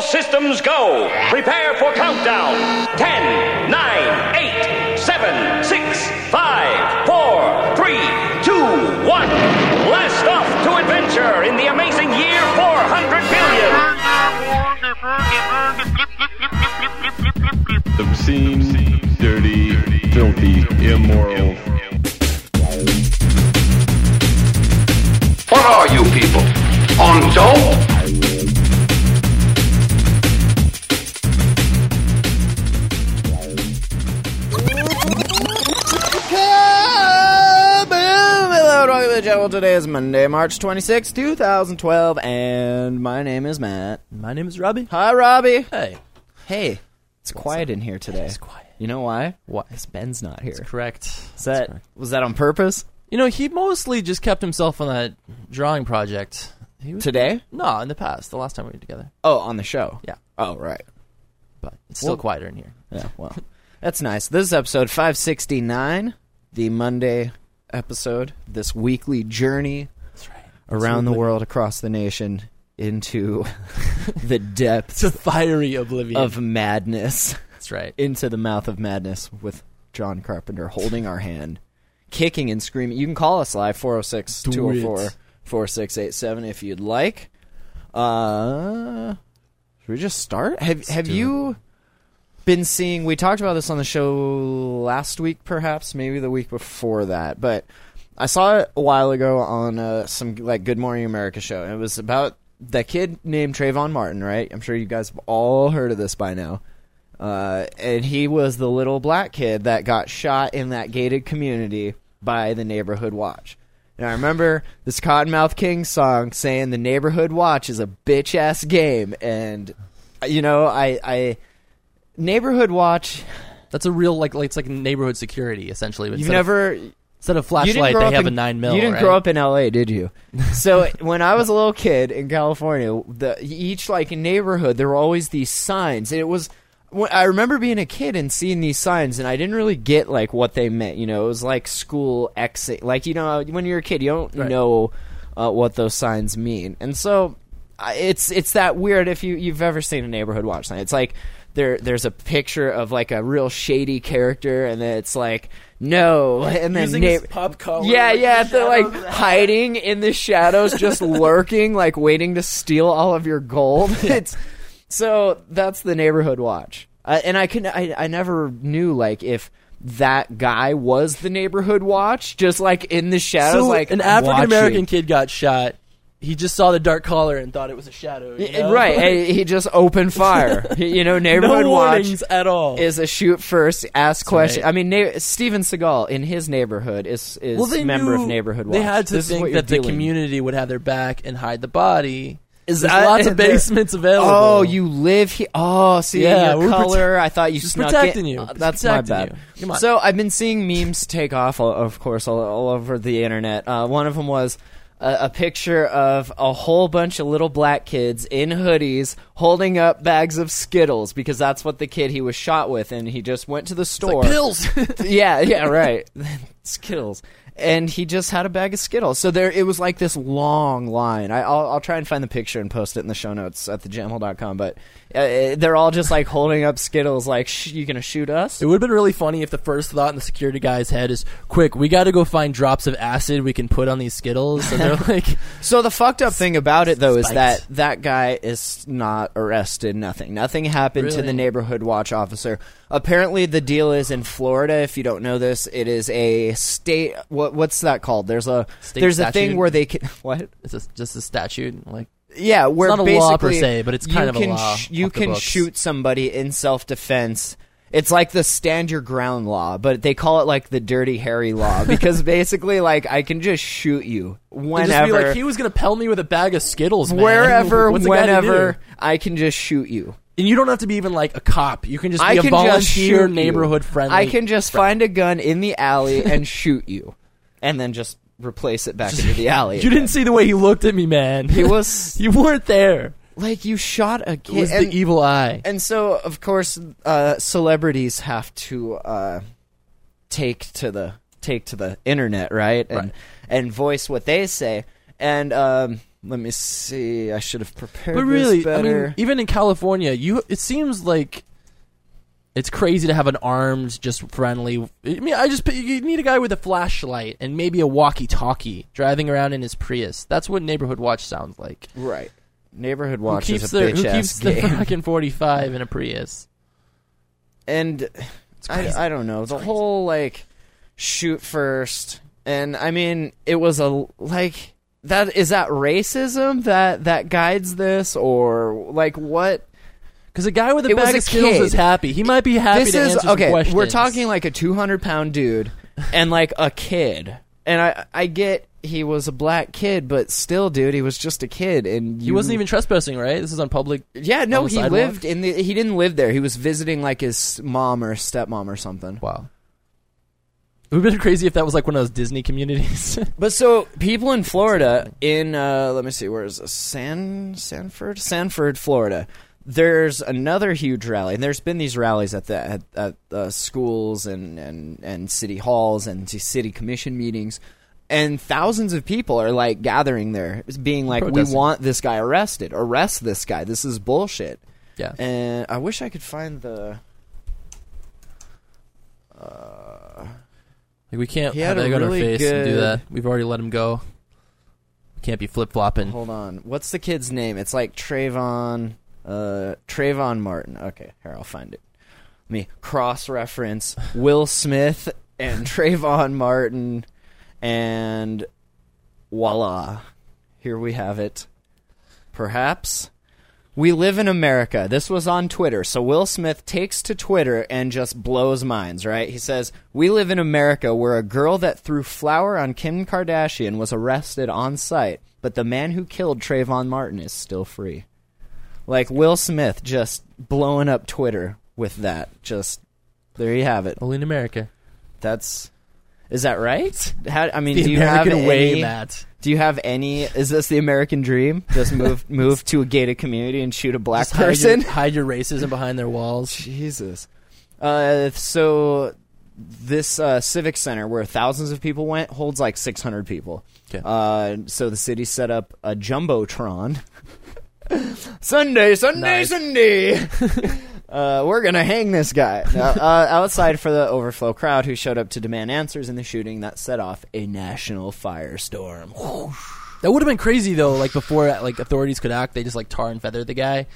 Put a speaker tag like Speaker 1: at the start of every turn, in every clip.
Speaker 1: systems go. Prepare for countdown. 10, 9, 8, 7, 6, 5, 4, 3, 2, 1. Blast off to adventure in the amazing year 400 billion.
Speaker 2: obscene, dirty, filthy, immoral.
Speaker 3: What are you people? On dope?
Speaker 4: Hello, welcome to the channel. Today is Monday, March twenty sixth, 2012, and my name is Matt.
Speaker 5: My name is Robbie.
Speaker 4: Hi, Robbie.
Speaker 5: Hey.
Speaker 4: Hey, it's quiet in here today.
Speaker 5: It's quiet.
Speaker 4: You know why?
Speaker 5: Why?
Speaker 4: Because Ben's not here.
Speaker 5: Correct.
Speaker 4: Is that, was that on purpose?
Speaker 5: You know, he mostly just kept himself on that drawing project. He was,
Speaker 4: Today?
Speaker 5: no, in the past, the last time we were together.
Speaker 4: Oh, on the show.
Speaker 5: Yeah.
Speaker 4: Oh, right.
Speaker 5: But it's still
Speaker 4: Well-
Speaker 5: quieter in here.
Speaker 4: Yeah, well, that's nice. This is episode 569, the Monday episode, this weekly journey
Speaker 5: That's right.
Speaker 4: around the world, across the nation, into the depths
Speaker 5: It's a fiery oblivion.
Speaker 4: of madness.
Speaker 5: That's right.
Speaker 4: into the mouth of madness with John Carpenter holding our hand, kicking and screaming. You can call us live 406 204 4687 if you'd like. Uh, should we just start? Have have
Speaker 5: do
Speaker 4: you been seeing we talked about this on the show last week perhaps, maybe the week before that, but I saw it a while ago on uh, some like Good Morning America show. And it was about that kid named Trayvon Martin, right? I'm sure you guys have all heard of this by now. Uh, and he was the little black kid that got shot in that gated community by the neighborhood watch. And I remember this Cottonmouth King song saying the neighborhood watch is a bitch ass game, and you know I, I neighborhood watch.
Speaker 5: That's a real like, like it's like neighborhood security essentially. but
Speaker 4: You've
Speaker 5: instead of-
Speaker 4: never
Speaker 5: instead of
Speaker 4: you didn't
Speaker 5: flashlight,
Speaker 4: grow
Speaker 5: they
Speaker 4: up
Speaker 5: have
Speaker 4: in-
Speaker 5: a nine mil.
Speaker 4: You didn't
Speaker 5: right?
Speaker 4: grow up in L.A., did you? So when I was a little kid in California, the each like neighborhood there were always these signs, and it was. when- I remember being a kid and seeing these signs, and I didn't really get like what they meant. You know, it was like school exit. Like you know, when you're a kid, you don't
Speaker 5: Right.
Speaker 4: know uh, what those signs mean, and so I- it's it's that weird. If you you've ever seen a neighborhood watch sign, it's like there there's a picture of like a real shady character, and then it's like no, and then
Speaker 6: Using
Speaker 4: neigh-
Speaker 6: his pop collar,
Speaker 4: yeah,
Speaker 6: like,
Speaker 4: yeah,
Speaker 6: the
Speaker 4: they're like hiding in the shadows, just lurking, like waiting to steal all of your gold. It's so that's the neighborhood watch, I, and I can I, I never knew like if that guy was the neighborhood watch, just like in the shadows,
Speaker 5: So
Speaker 4: like
Speaker 5: an African American
Speaker 4: watching.
Speaker 5: kid got shot. He just saw the dark collar and thought it was a shadow. you know?
Speaker 4: Right, and he just opened fire. He- you know, neighborhood
Speaker 5: no
Speaker 4: watch
Speaker 5: warnings at all.
Speaker 4: is a shoot first, ask question.
Speaker 5: right.
Speaker 4: I mean, na- Steven Seagal in his neighborhood is is
Speaker 5: well, they
Speaker 4: member
Speaker 5: knew
Speaker 4: of neighborhood. Watch.
Speaker 5: They had to
Speaker 4: This is what
Speaker 5: think
Speaker 4: you're
Speaker 5: that the
Speaker 4: dealing with.
Speaker 5: community would have their back and hide the body.
Speaker 4: Is
Speaker 5: There's
Speaker 4: that-
Speaker 5: lots of
Speaker 4: there-
Speaker 5: basements available.
Speaker 4: Oh, you live here. Oh, see
Speaker 5: Yeah,
Speaker 4: your
Speaker 5: we're prote-
Speaker 4: color. I thought you
Speaker 5: Just
Speaker 4: snuck
Speaker 5: protecting
Speaker 4: in.
Speaker 5: you.
Speaker 4: Uh,
Speaker 5: Just
Speaker 4: that's my
Speaker 5: protecting
Speaker 4: bad.
Speaker 5: you. Come on.
Speaker 4: So I've been seeing memes take off, all, of course, all, all over the internet. Uh, one of them was a, a picture of a whole bunch of little black kids in hoodies holding up bags of Skittles because that's what the kid he was shot with, and he just went to the store.
Speaker 5: pills.
Speaker 4: yeah, yeah, right. Skittles. And he just had a bag of Skittles. So there, it was like this long line. I, I'll, I'll try and find the picture and post it in the show notes at thejamhole.com. But uh, uh, they're all just like holding up Skittles, like, Sh- you gonna shoot us?
Speaker 5: it would have been really funny if the first thought in the security guy's head is, "Quick, we got to go find drops of acid we can put on these Skittles." And they're like,
Speaker 4: So the fucked up thing about it, though, is
Speaker 5: Spiked.
Speaker 4: that that guy is not arrested, nothing. Nothing happened to
Speaker 5: Really?
Speaker 4: the neighborhood watch officer. Apparently, the deal is in Florida, if you don't know this, it is a state. What, what's that called? There's a.
Speaker 5: State
Speaker 4: there's a
Speaker 5: statute?
Speaker 4: thing where they can. What?
Speaker 5: "It's just, just a statute." Like,
Speaker 4: Yeah, where
Speaker 5: not a
Speaker 4: basically
Speaker 5: law per se, but it's kind
Speaker 4: you
Speaker 5: of a
Speaker 4: can
Speaker 5: law
Speaker 4: sh- you
Speaker 5: off the
Speaker 4: can
Speaker 5: books.
Speaker 4: shoot somebody in self defense. It's like the stand your ground law, but they call it like the dirty Harry law because basically, like I can just shoot you
Speaker 5: and
Speaker 4: whenever,
Speaker 5: just be like, "He was gonna pelt me with a bag of Skittles, man.
Speaker 4: wherever,
Speaker 5: What's a guy to
Speaker 4: whenever
Speaker 5: do?
Speaker 4: I can just shoot you.
Speaker 5: And you don't have to be even like a cop. You can just be
Speaker 4: I
Speaker 5: a
Speaker 4: can just
Speaker 5: volunteer
Speaker 4: shoot
Speaker 5: neighborhood
Speaker 4: you.
Speaker 5: friendly.
Speaker 4: I can just find a gun in the alley and shoot you, and then just replace it back into the alley.
Speaker 5: You didn't see the way he looked at me, man.
Speaker 4: It was
Speaker 5: you weren't there.
Speaker 4: like you shot a
Speaker 5: It
Speaker 4: kid.
Speaker 5: was
Speaker 4: and-
Speaker 5: the evil eye.
Speaker 4: and so of course uh, celebrities have to uh, take to the take to the internet right and
Speaker 5: Right.
Speaker 4: and voice what they say and um, Let me see. I should have prepared.
Speaker 5: But really,
Speaker 4: this
Speaker 5: I
Speaker 4: better.
Speaker 5: mean, even in California, you it seems like it's crazy to have an armed, just friendly. I mean, I just you need a guy with a flashlight and maybe a walkie-talkie driving around in his Prius. That's what neighborhood watch sounds like.
Speaker 4: right? Neighborhood
Speaker 5: Who
Speaker 4: watch
Speaker 5: keeps
Speaker 4: is a
Speaker 5: the
Speaker 4: bitch
Speaker 5: who keeps
Speaker 4: ass
Speaker 5: the
Speaker 4: game,
Speaker 5: fucking forty-five in a Prius?
Speaker 4: and
Speaker 5: crazy.
Speaker 4: I, I don't know the whole like shoot first, and I mean it was a like that is that racism that that guides this or like what
Speaker 5: Because a guy with a
Speaker 4: It was
Speaker 5: bag
Speaker 4: a
Speaker 5: of Skittles
Speaker 4: kid.
Speaker 5: is happy. He might be happy
Speaker 4: this
Speaker 5: to
Speaker 4: is
Speaker 5: answer
Speaker 4: okay.
Speaker 5: some questions.
Speaker 4: We're talking like a 200 pound dude and like a kid, and I I get he was a black kid, but still, dude, he was just a kid, and
Speaker 5: he wasn't even trespassing, right? This is on public.
Speaker 4: Yeah, no,
Speaker 5: on the
Speaker 4: he
Speaker 5: sidewalk?
Speaker 4: lived in the. He didn't live there. He was visiting like his mom or stepmom or something.
Speaker 5: Wow. It would have been crazy if that was like one of those Disney communities.
Speaker 4: But so people in Florida, in uh, let me see, where is this? San Sanford, Sanford, Florida. There's another huge rally, and there's been these rallies at the at, at uh, schools and, and and city halls and to city commission meetings, and thousands of people are like gathering there, being like,
Speaker 5: Protesting.
Speaker 4: "We want this guy arrested. Arrest this guy. This is bullshit."
Speaker 5: yeah.
Speaker 4: And I wish I could find the
Speaker 5: Like we can't
Speaker 4: He
Speaker 5: have
Speaker 4: had a
Speaker 5: egg on our
Speaker 4: really
Speaker 5: face and do
Speaker 4: good-
Speaker 5: that. We've already let him go. We can't be flip flopping.
Speaker 4: Hold on. What's the kid's name? It's like Trayvon uh Trayvon Martin. Okay, here I'll find it. Let me cross reference Will Smith and Trayvon Martin and voila. Here we have it. Perhaps we live in America. This was on Twitter. So Will Smith takes to Twitter and just blows minds, right? He says, We live in America where a girl that threw flour on Kim Kardashian was arrested on site, but the man who killed Trayvon Martin is still free. Like Will Smith just blowing up Twitter with that. Just there you have it.
Speaker 5: Only in America.
Speaker 4: That's is that right? How, I mean,
Speaker 5: The
Speaker 4: do you
Speaker 5: American
Speaker 4: have
Speaker 5: way,
Speaker 4: any,
Speaker 5: Matt.
Speaker 4: Do you have any? Is this the American dream? Just move move to a gated community and shoot a black
Speaker 5: Just
Speaker 4: person?
Speaker 5: Hide your, hide your racism behind their walls.
Speaker 4: Jesus. Uh, so this uh, civic center where thousands of people went holds like 600 people.
Speaker 5: 'Kay.
Speaker 4: Uh, so the city set up a jumbotron. Sunday, Sunday,
Speaker 5: Nice.
Speaker 4: Sunday. uh, we're gonna hang this guy No, uh, outside for the overflow crowd who showed up to demand answers in the shooting that set off a national firestorm.
Speaker 5: That would have been crazy though. Like before, like authorities could act, they just like tar and feather the guy.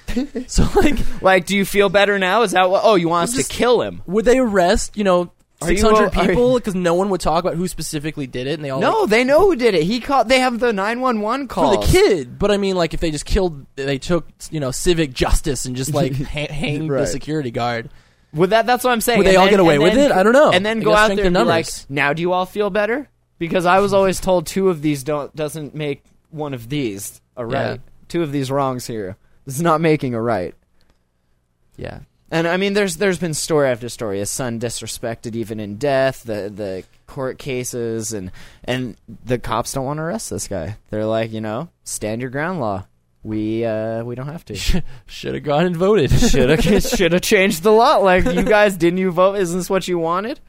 Speaker 5: so like,
Speaker 4: Like, do you feel better now? Is that what? Oh, you want us
Speaker 5: Just-
Speaker 4: to kill him?
Speaker 5: would they arrest? You know,
Speaker 4: Are you
Speaker 5: six hundred
Speaker 4: all- are
Speaker 5: people because no one would talk about who specifically did it, and they all
Speaker 4: No,
Speaker 5: Oh, like,
Speaker 4: they know who did it. He called. They have the nine one one call.
Speaker 5: for the kid. But I mean, like if they just killed, they took you know civic justice and just like ha- hanged the
Speaker 4: Right.
Speaker 5: security guard.
Speaker 4: Would that? That's what I'm saying.
Speaker 5: Would they
Speaker 4: And
Speaker 5: all
Speaker 4: then-
Speaker 5: get away
Speaker 4: and
Speaker 5: with
Speaker 4: then-
Speaker 5: it? I don't know.
Speaker 4: And then
Speaker 5: I
Speaker 4: go
Speaker 5: guess
Speaker 4: out
Speaker 5: strength
Speaker 4: there
Speaker 5: in
Speaker 4: and be like,
Speaker 5: numbers.
Speaker 4: now do you all feel better? Because I was always told two of these don't doesn't make one of these a right.
Speaker 5: Yeah.
Speaker 4: Two of these wrongs here. This is not making a right.
Speaker 5: Yeah.
Speaker 4: And I mean, there's there's been story after story. His son disrespected even in death. The the court cases and and the cops don't want to arrest this guy. They're like, you know, stand your ground law. We uh we don't have to.
Speaker 5: Should have gone and voted.
Speaker 4: Should have should have changed the law. Like you guys, didn't you vote? Isn't this what you wanted?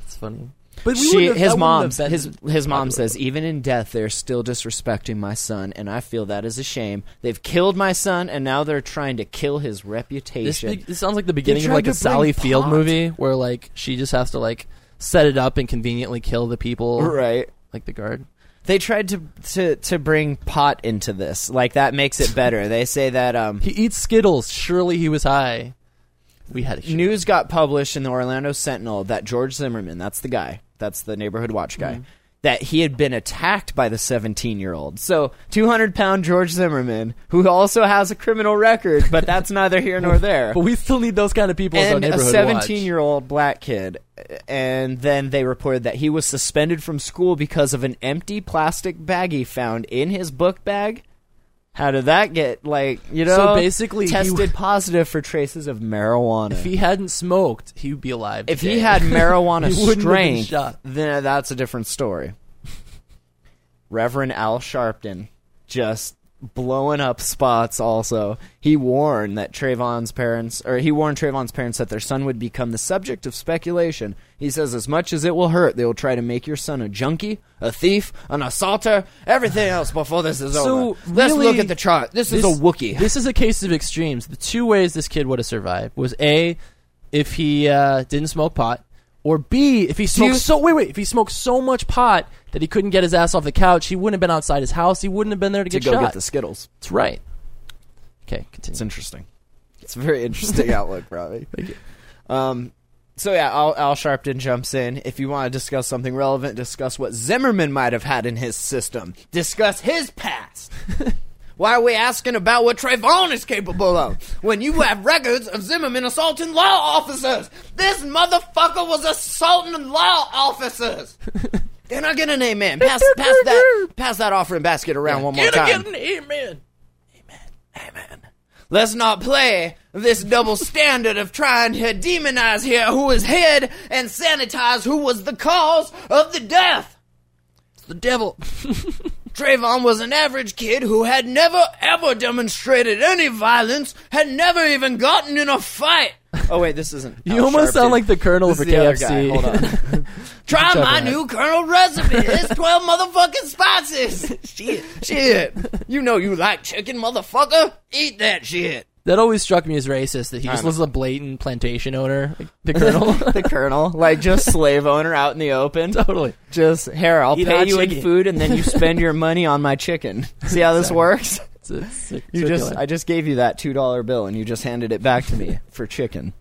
Speaker 5: It's funny. But
Speaker 4: she, his mom, his his mom says, even in death, they're still disrespecting my son, and I feel that is a shame. They've killed my son, and now they're trying to kill his
Speaker 5: this,
Speaker 4: reputation.
Speaker 5: big, this sounds like the beginning of
Speaker 4: tried
Speaker 5: like
Speaker 4: to
Speaker 5: a Sally
Speaker 4: bring
Speaker 5: Field
Speaker 4: pot.
Speaker 5: movie where like she just has to like set it up and conveniently kill the people,
Speaker 4: right?
Speaker 5: Like the guard.
Speaker 4: They tried to, to to bring pot into this. Like that makes it better. they say that um,
Speaker 5: He eats Skittles. Surely he was high. We had a shoot.
Speaker 4: news got published in the Orlando Sentinel that George Zimmerman, that's the guy, that's the neighborhood watch guy, that he had been attacked by the 17 year old. So, 200 pound George Zimmerman, who also has a criminal record, but that's neither here nor there.
Speaker 5: but we still need those kind of people as our
Speaker 4: And a
Speaker 5: neighborhood
Speaker 4: 17
Speaker 5: watch.
Speaker 4: year old black kid. And then they reported that he was suspended from school because of an empty plastic baggie found in his book bag. How did that get like you know?
Speaker 5: So basically he w-
Speaker 4: tested positive for traces of marijuana.
Speaker 5: If he hadn't smoked, he would be alive.
Speaker 4: If he
Speaker 5: today.
Speaker 4: had marijuana
Speaker 5: He wouldn't have been
Speaker 4: strength,
Speaker 5: shot.
Speaker 4: then that's a different story. Reverend Al Sharpton just blowing up spots also. He warned that Trayvon's parents or he warned Trayvon's parents that their son would become the subject of speculation. He says as much as it will hurt, they will try to make your son a junkie, a thief, an assaulter, everything else before this is
Speaker 5: So
Speaker 4: over. Let's
Speaker 5: really,
Speaker 4: look at the chart. This, is a Wookiee.
Speaker 5: This is a case of extremes. The two ways this kid would have survived was a, if he uh, didn't smoke pot, or b, if he smoked
Speaker 4: you-
Speaker 5: so wait wait if he smoked so much pot that he couldn't get his ass off the couch, he wouldn't have been outside his house. He wouldn't have been there to,
Speaker 4: to
Speaker 5: get
Speaker 4: go
Speaker 5: shot.
Speaker 4: get the Skittles.
Speaker 5: That's right. Okay, continue.
Speaker 4: It's interesting. It's a very interesting outlook, Robbie. Thank you. Um, so yeah, Al, Al Sharpton jumps in. If you want to discuss something relevant, discuss what Zimmerman might have had in his system. Discuss his past. Why are we asking about what Trayvon is capable of when you have records of Zimmerman assaulting law officers? This motherfucker was assaulting law officers. Can I get an amen? Pass, pass that, pass that offering basket around one more
Speaker 5: Get a-
Speaker 4: time.
Speaker 5: get an amen.
Speaker 4: Let's not play this double standard of trying to demonize here who is head and sanitize who was the cause of the death.
Speaker 5: It's the devil.
Speaker 4: Trayvon was an average kid who had never ever demonstrated any violence, had never even gotten in a fight. Oh wait, this isn't.
Speaker 5: You almost sound like the colonel for KFC.
Speaker 4: on. Try
Speaker 5: Chuck
Speaker 4: my
Speaker 5: Norris.
Speaker 4: new Colonel recipe. It's twelve motherfucking spices. shit, shit. You know you like chicken, motherfucker. Eat that shit.
Speaker 5: that always struck me as racist that he just
Speaker 4: know.
Speaker 5: was a blatant plantation owner, like the colonel.
Speaker 4: the colonel, like just slave owner out in the open.
Speaker 5: totally.
Speaker 4: Just here, I'll
Speaker 5: Eat
Speaker 4: pay
Speaker 5: hot
Speaker 4: you in
Speaker 5: chicken."
Speaker 4: food, and then you spend your money on my chicken. See how this works?
Speaker 5: It's a cir-
Speaker 4: You just,
Speaker 5: circular.
Speaker 4: I just gave you that two dollar bill, and you just handed it back to me for chicken.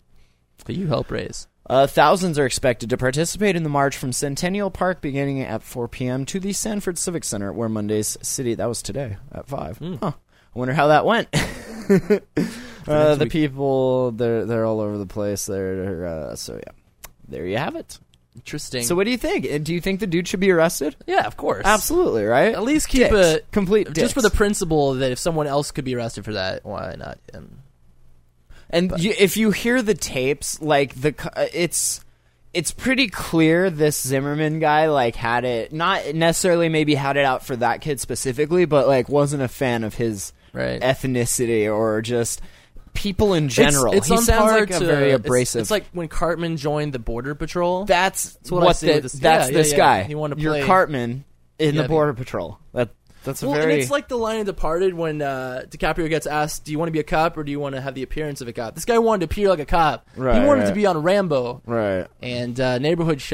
Speaker 5: but you help raise.
Speaker 4: Uh, thousands are expected to participate in the march from Centennial Park beginning at 4 p.m. to the Sanford Civic Center, where Monday's city. That was today at 5.
Speaker 5: Hmm.
Speaker 4: Huh. I wonder how that went. uh, the
Speaker 5: week.
Speaker 4: people, they're, they're all over the place. They're, uh, so, yeah. There you have it.
Speaker 5: Interesting.
Speaker 4: So, what do you think? Uh, Do you think the dude should be arrested?
Speaker 5: yeah, of course.
Speaker 4: Absolutely, right?
Speaker 5: At least keep
Speaker 4: Dicks.
Speaker 5: it
Speaker 4: complete. dicks.
Speaker 5: just for the principle that if someone else could be arrested for that, why not Um, him?
Speaker 4: And you, if you hear the tapes, like the co- uh, it's it's pretty clear this Zimmerman guy like had it not necessarily maybe had it out for that kid specifically, but like wasn't a fan of his
Speaker 5: Right.
Speaker 4: ethnicity or just people in general.
Speaker 5: It's, it's
Speaker 4: he
Speaker 5: on
Speaker 4: sounds
Speaker 5: par
Speaker 4: like a
Speaker 5: to-
Speaker 4: very
Speaker 5: it's-
Speaker 4: abrasive.
Speaker 5: It's, like when Cartman joined the border patrol.
Speaker 4: that's
Speaker 5: what
Speaker 4: what,
Speaker 5: I see
Speaker 4: the-
Speaker 5: with this-
Speaker 4: that's
Speaker 5: yeah, yeah,
Speaker 4: this
Speaker 5: yeah.
Speaker 4: guy.
Speaker 5: He wanted to
Speaker 4: Your
Speaker 5: play-
Speaker 4: Cartman in
Speaker 5: Yeah,
Speaker 4: the
Speaker 5: the-
Speaker 4: border patrol. That that's a
Speaker 5: well,
Speaker 4: very
Speaker 5: and it's like the line in Departed when uh, DiCaprio gets asked, "Do you want to be a cop or do you want to have the appearance of a cop?" This guy wanted to appear like a cop.
Speaker 4: Right,
Speaker 5: he wanted
Speaker 4: right.
Speaker 5: to be on Rambo.
Speaker 4: right.
Speaker 5: and uh, neighborhood sh-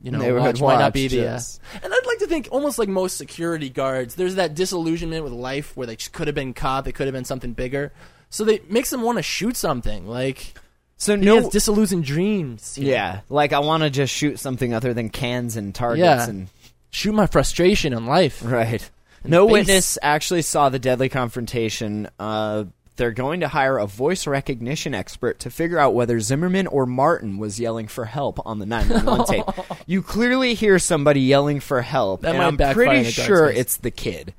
Speaker 5: you know
Speaker 4: Neighborhood
Speaker 5: watch, might
Speaker 4: watch,
Speaker 5: not be the uh,
Speaker 4: yes.
Speaker 5: and I'd like to think almost like most security guards there's that disillusionment with life where they just could have been caught they could have been something bigger so they makes them want to shoot something like
Speaker 4: So
Speaker 5: no
Speaker 4: no,
Speaker 5: has disillusioned dreams you know?
Speaker 4: yeah, like I want to just shoot something other than cans and targets
Speaker 5: Yeah.
Speaker 4: and
Speaker 5: shoot my frustration in life
Speaker 4: Right. No
Speaker 5: face.
Speaker 4: witness actually saw the deadly confrontation. Uh, they're going to hire a voice recognition expert to figure out whether Zimmerman or Martin was yelling for help on the 911 tape. You clearly hear somebody yelling for help,
Speaker 5: That
Speaker 4: and
Speaker 5: might
Speaker 4: I'm
Speaker 5: backfire in
Speaker 4: pretty
Speaker 5: the dark
Speaker 4: sure
Speaker 5: space.
Speaker 4: it's the kid.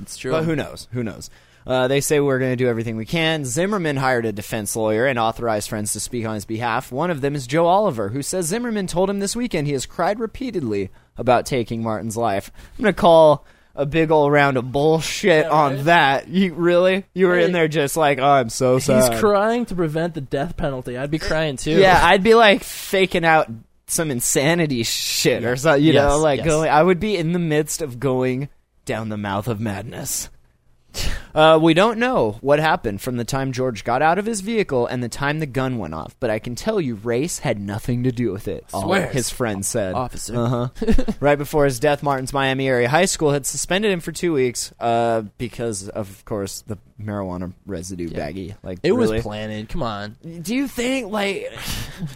Speaker 5: it's true
Speaker 4: But who knows? Who knows? Uh, they say we're going to do everything we can. Zimmerman hired a defense lawyer and authorized friends to speak on his behalf. One of them is Joe Oliver, who says Zimmerman told him this weekend he has cried repeatedly about taking Martin's life. I'm going to call a big old round of bullshit on that. You really? You were in
Speaker 5: Hey.
Speaker 4: there just like, oh, I'm so
Speaker 5: he's
Speaker 4: sad.
Speaker 5: crying to prevent the death penalty I'd be crying too
Speaker 4: Yeah, I'd be like faking out some insanity shit or something. You
Speaker 5: Yes,
Speaker 4: know, like
Speaker 5: yes.
Speaker 4: going. I would be in the midst of going down the mouth of madness. Uh, we don't know what happened from the time George got out of his vehicle and the time the gun went off, but I can tell you, race had nothing to do with it. all
Speaker 5: Swears.
Speaker 4: his friend said.
Speaker 5: officer
Speaker 4: Uh-huh, right before his death, Martin's Miami area high school had suspended him for two weeks uh, because, of course, the marijuana residue baggie. Like
Speaker 5: it
Speaker 4: really?
Speaker 5: was planted come on
Speaker 4: Do you think like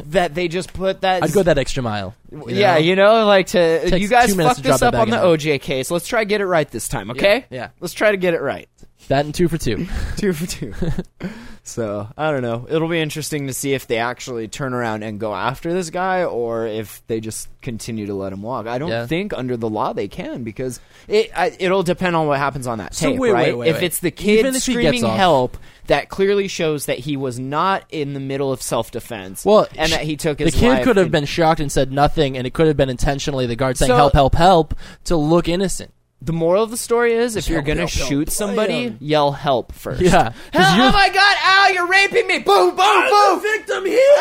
Speaker 4: that they just put that?
Speaker 5: I'd go that extra mile you
Speaker 4: yeah,
Speaker 5: know?
Speaker 4: you know, like to
Speaker 5: Takes
Speaker 4: you guys
Speaker 5: two
Speaker 4: fucked
Speaker 5: minutes to drop
Speaker 4: this
Speaker 5: it
Speaker 4: up
Speaker 5: back
Speaker 4: on the
Speaker 5: in there.
Speaker 4: OJ case. Let's try to get it right this time, okay?
Speaker 5: yeah.
Speaker 4: Let's try to get it right.
Speaker 5: that and two for two
Speaker 4: two for two. so I don't know. It'll be interesting to see if they actually turn around and go after this guy, or if they just continue to let him walk. I don't
Speaker 5: Yeah.
Speaker 4: think under the law they can because it I, it'll depend on what happens on that
Speaker 5: So
Speaker 4: tape,
Speaker 5: wait, wait,
Speaker 4: right?
Speaker 5: wait,
Speaker 4: if
Speaker 5: wait.
Speaker 4: it's the kid
Speaker 5: Even if he gets
Speaker 4: screaming
Speaker 5: off-
Speaker 4: help, that clearly shows that he was not in the middle of self defense.
Speaker 5: Well,
Speaker 4: and
Speaker 5: sh-
Speaker 4: that he took his
Speaker 5: the kid
Speaker 4: life
Speaker 5: could have
Speaker 4: in-
Speaker 5: been shocked and said nothing, and it could have been intentionally the guard saying
Speaker 4: So-
Speaker 5: "help, help, help" to look innocent.
Speaker 4: the moral of the story is if you're
Speaker 5: help,
Speaker 4: gonna
Speaker 5: help, help.
Speaker 4: shoot
Speaker 5: Play
Speaker 4: somebody,
Speaker 5: 'em.
Speaker 4: yell help first.
Speaker 5: Yeah, 'cause
Speaker 4: Help,
Speaker 5: you're-
Speaker 4: oh my god, ow, you're raping me. Boom, boom, boom.
Speaker 5: victim here.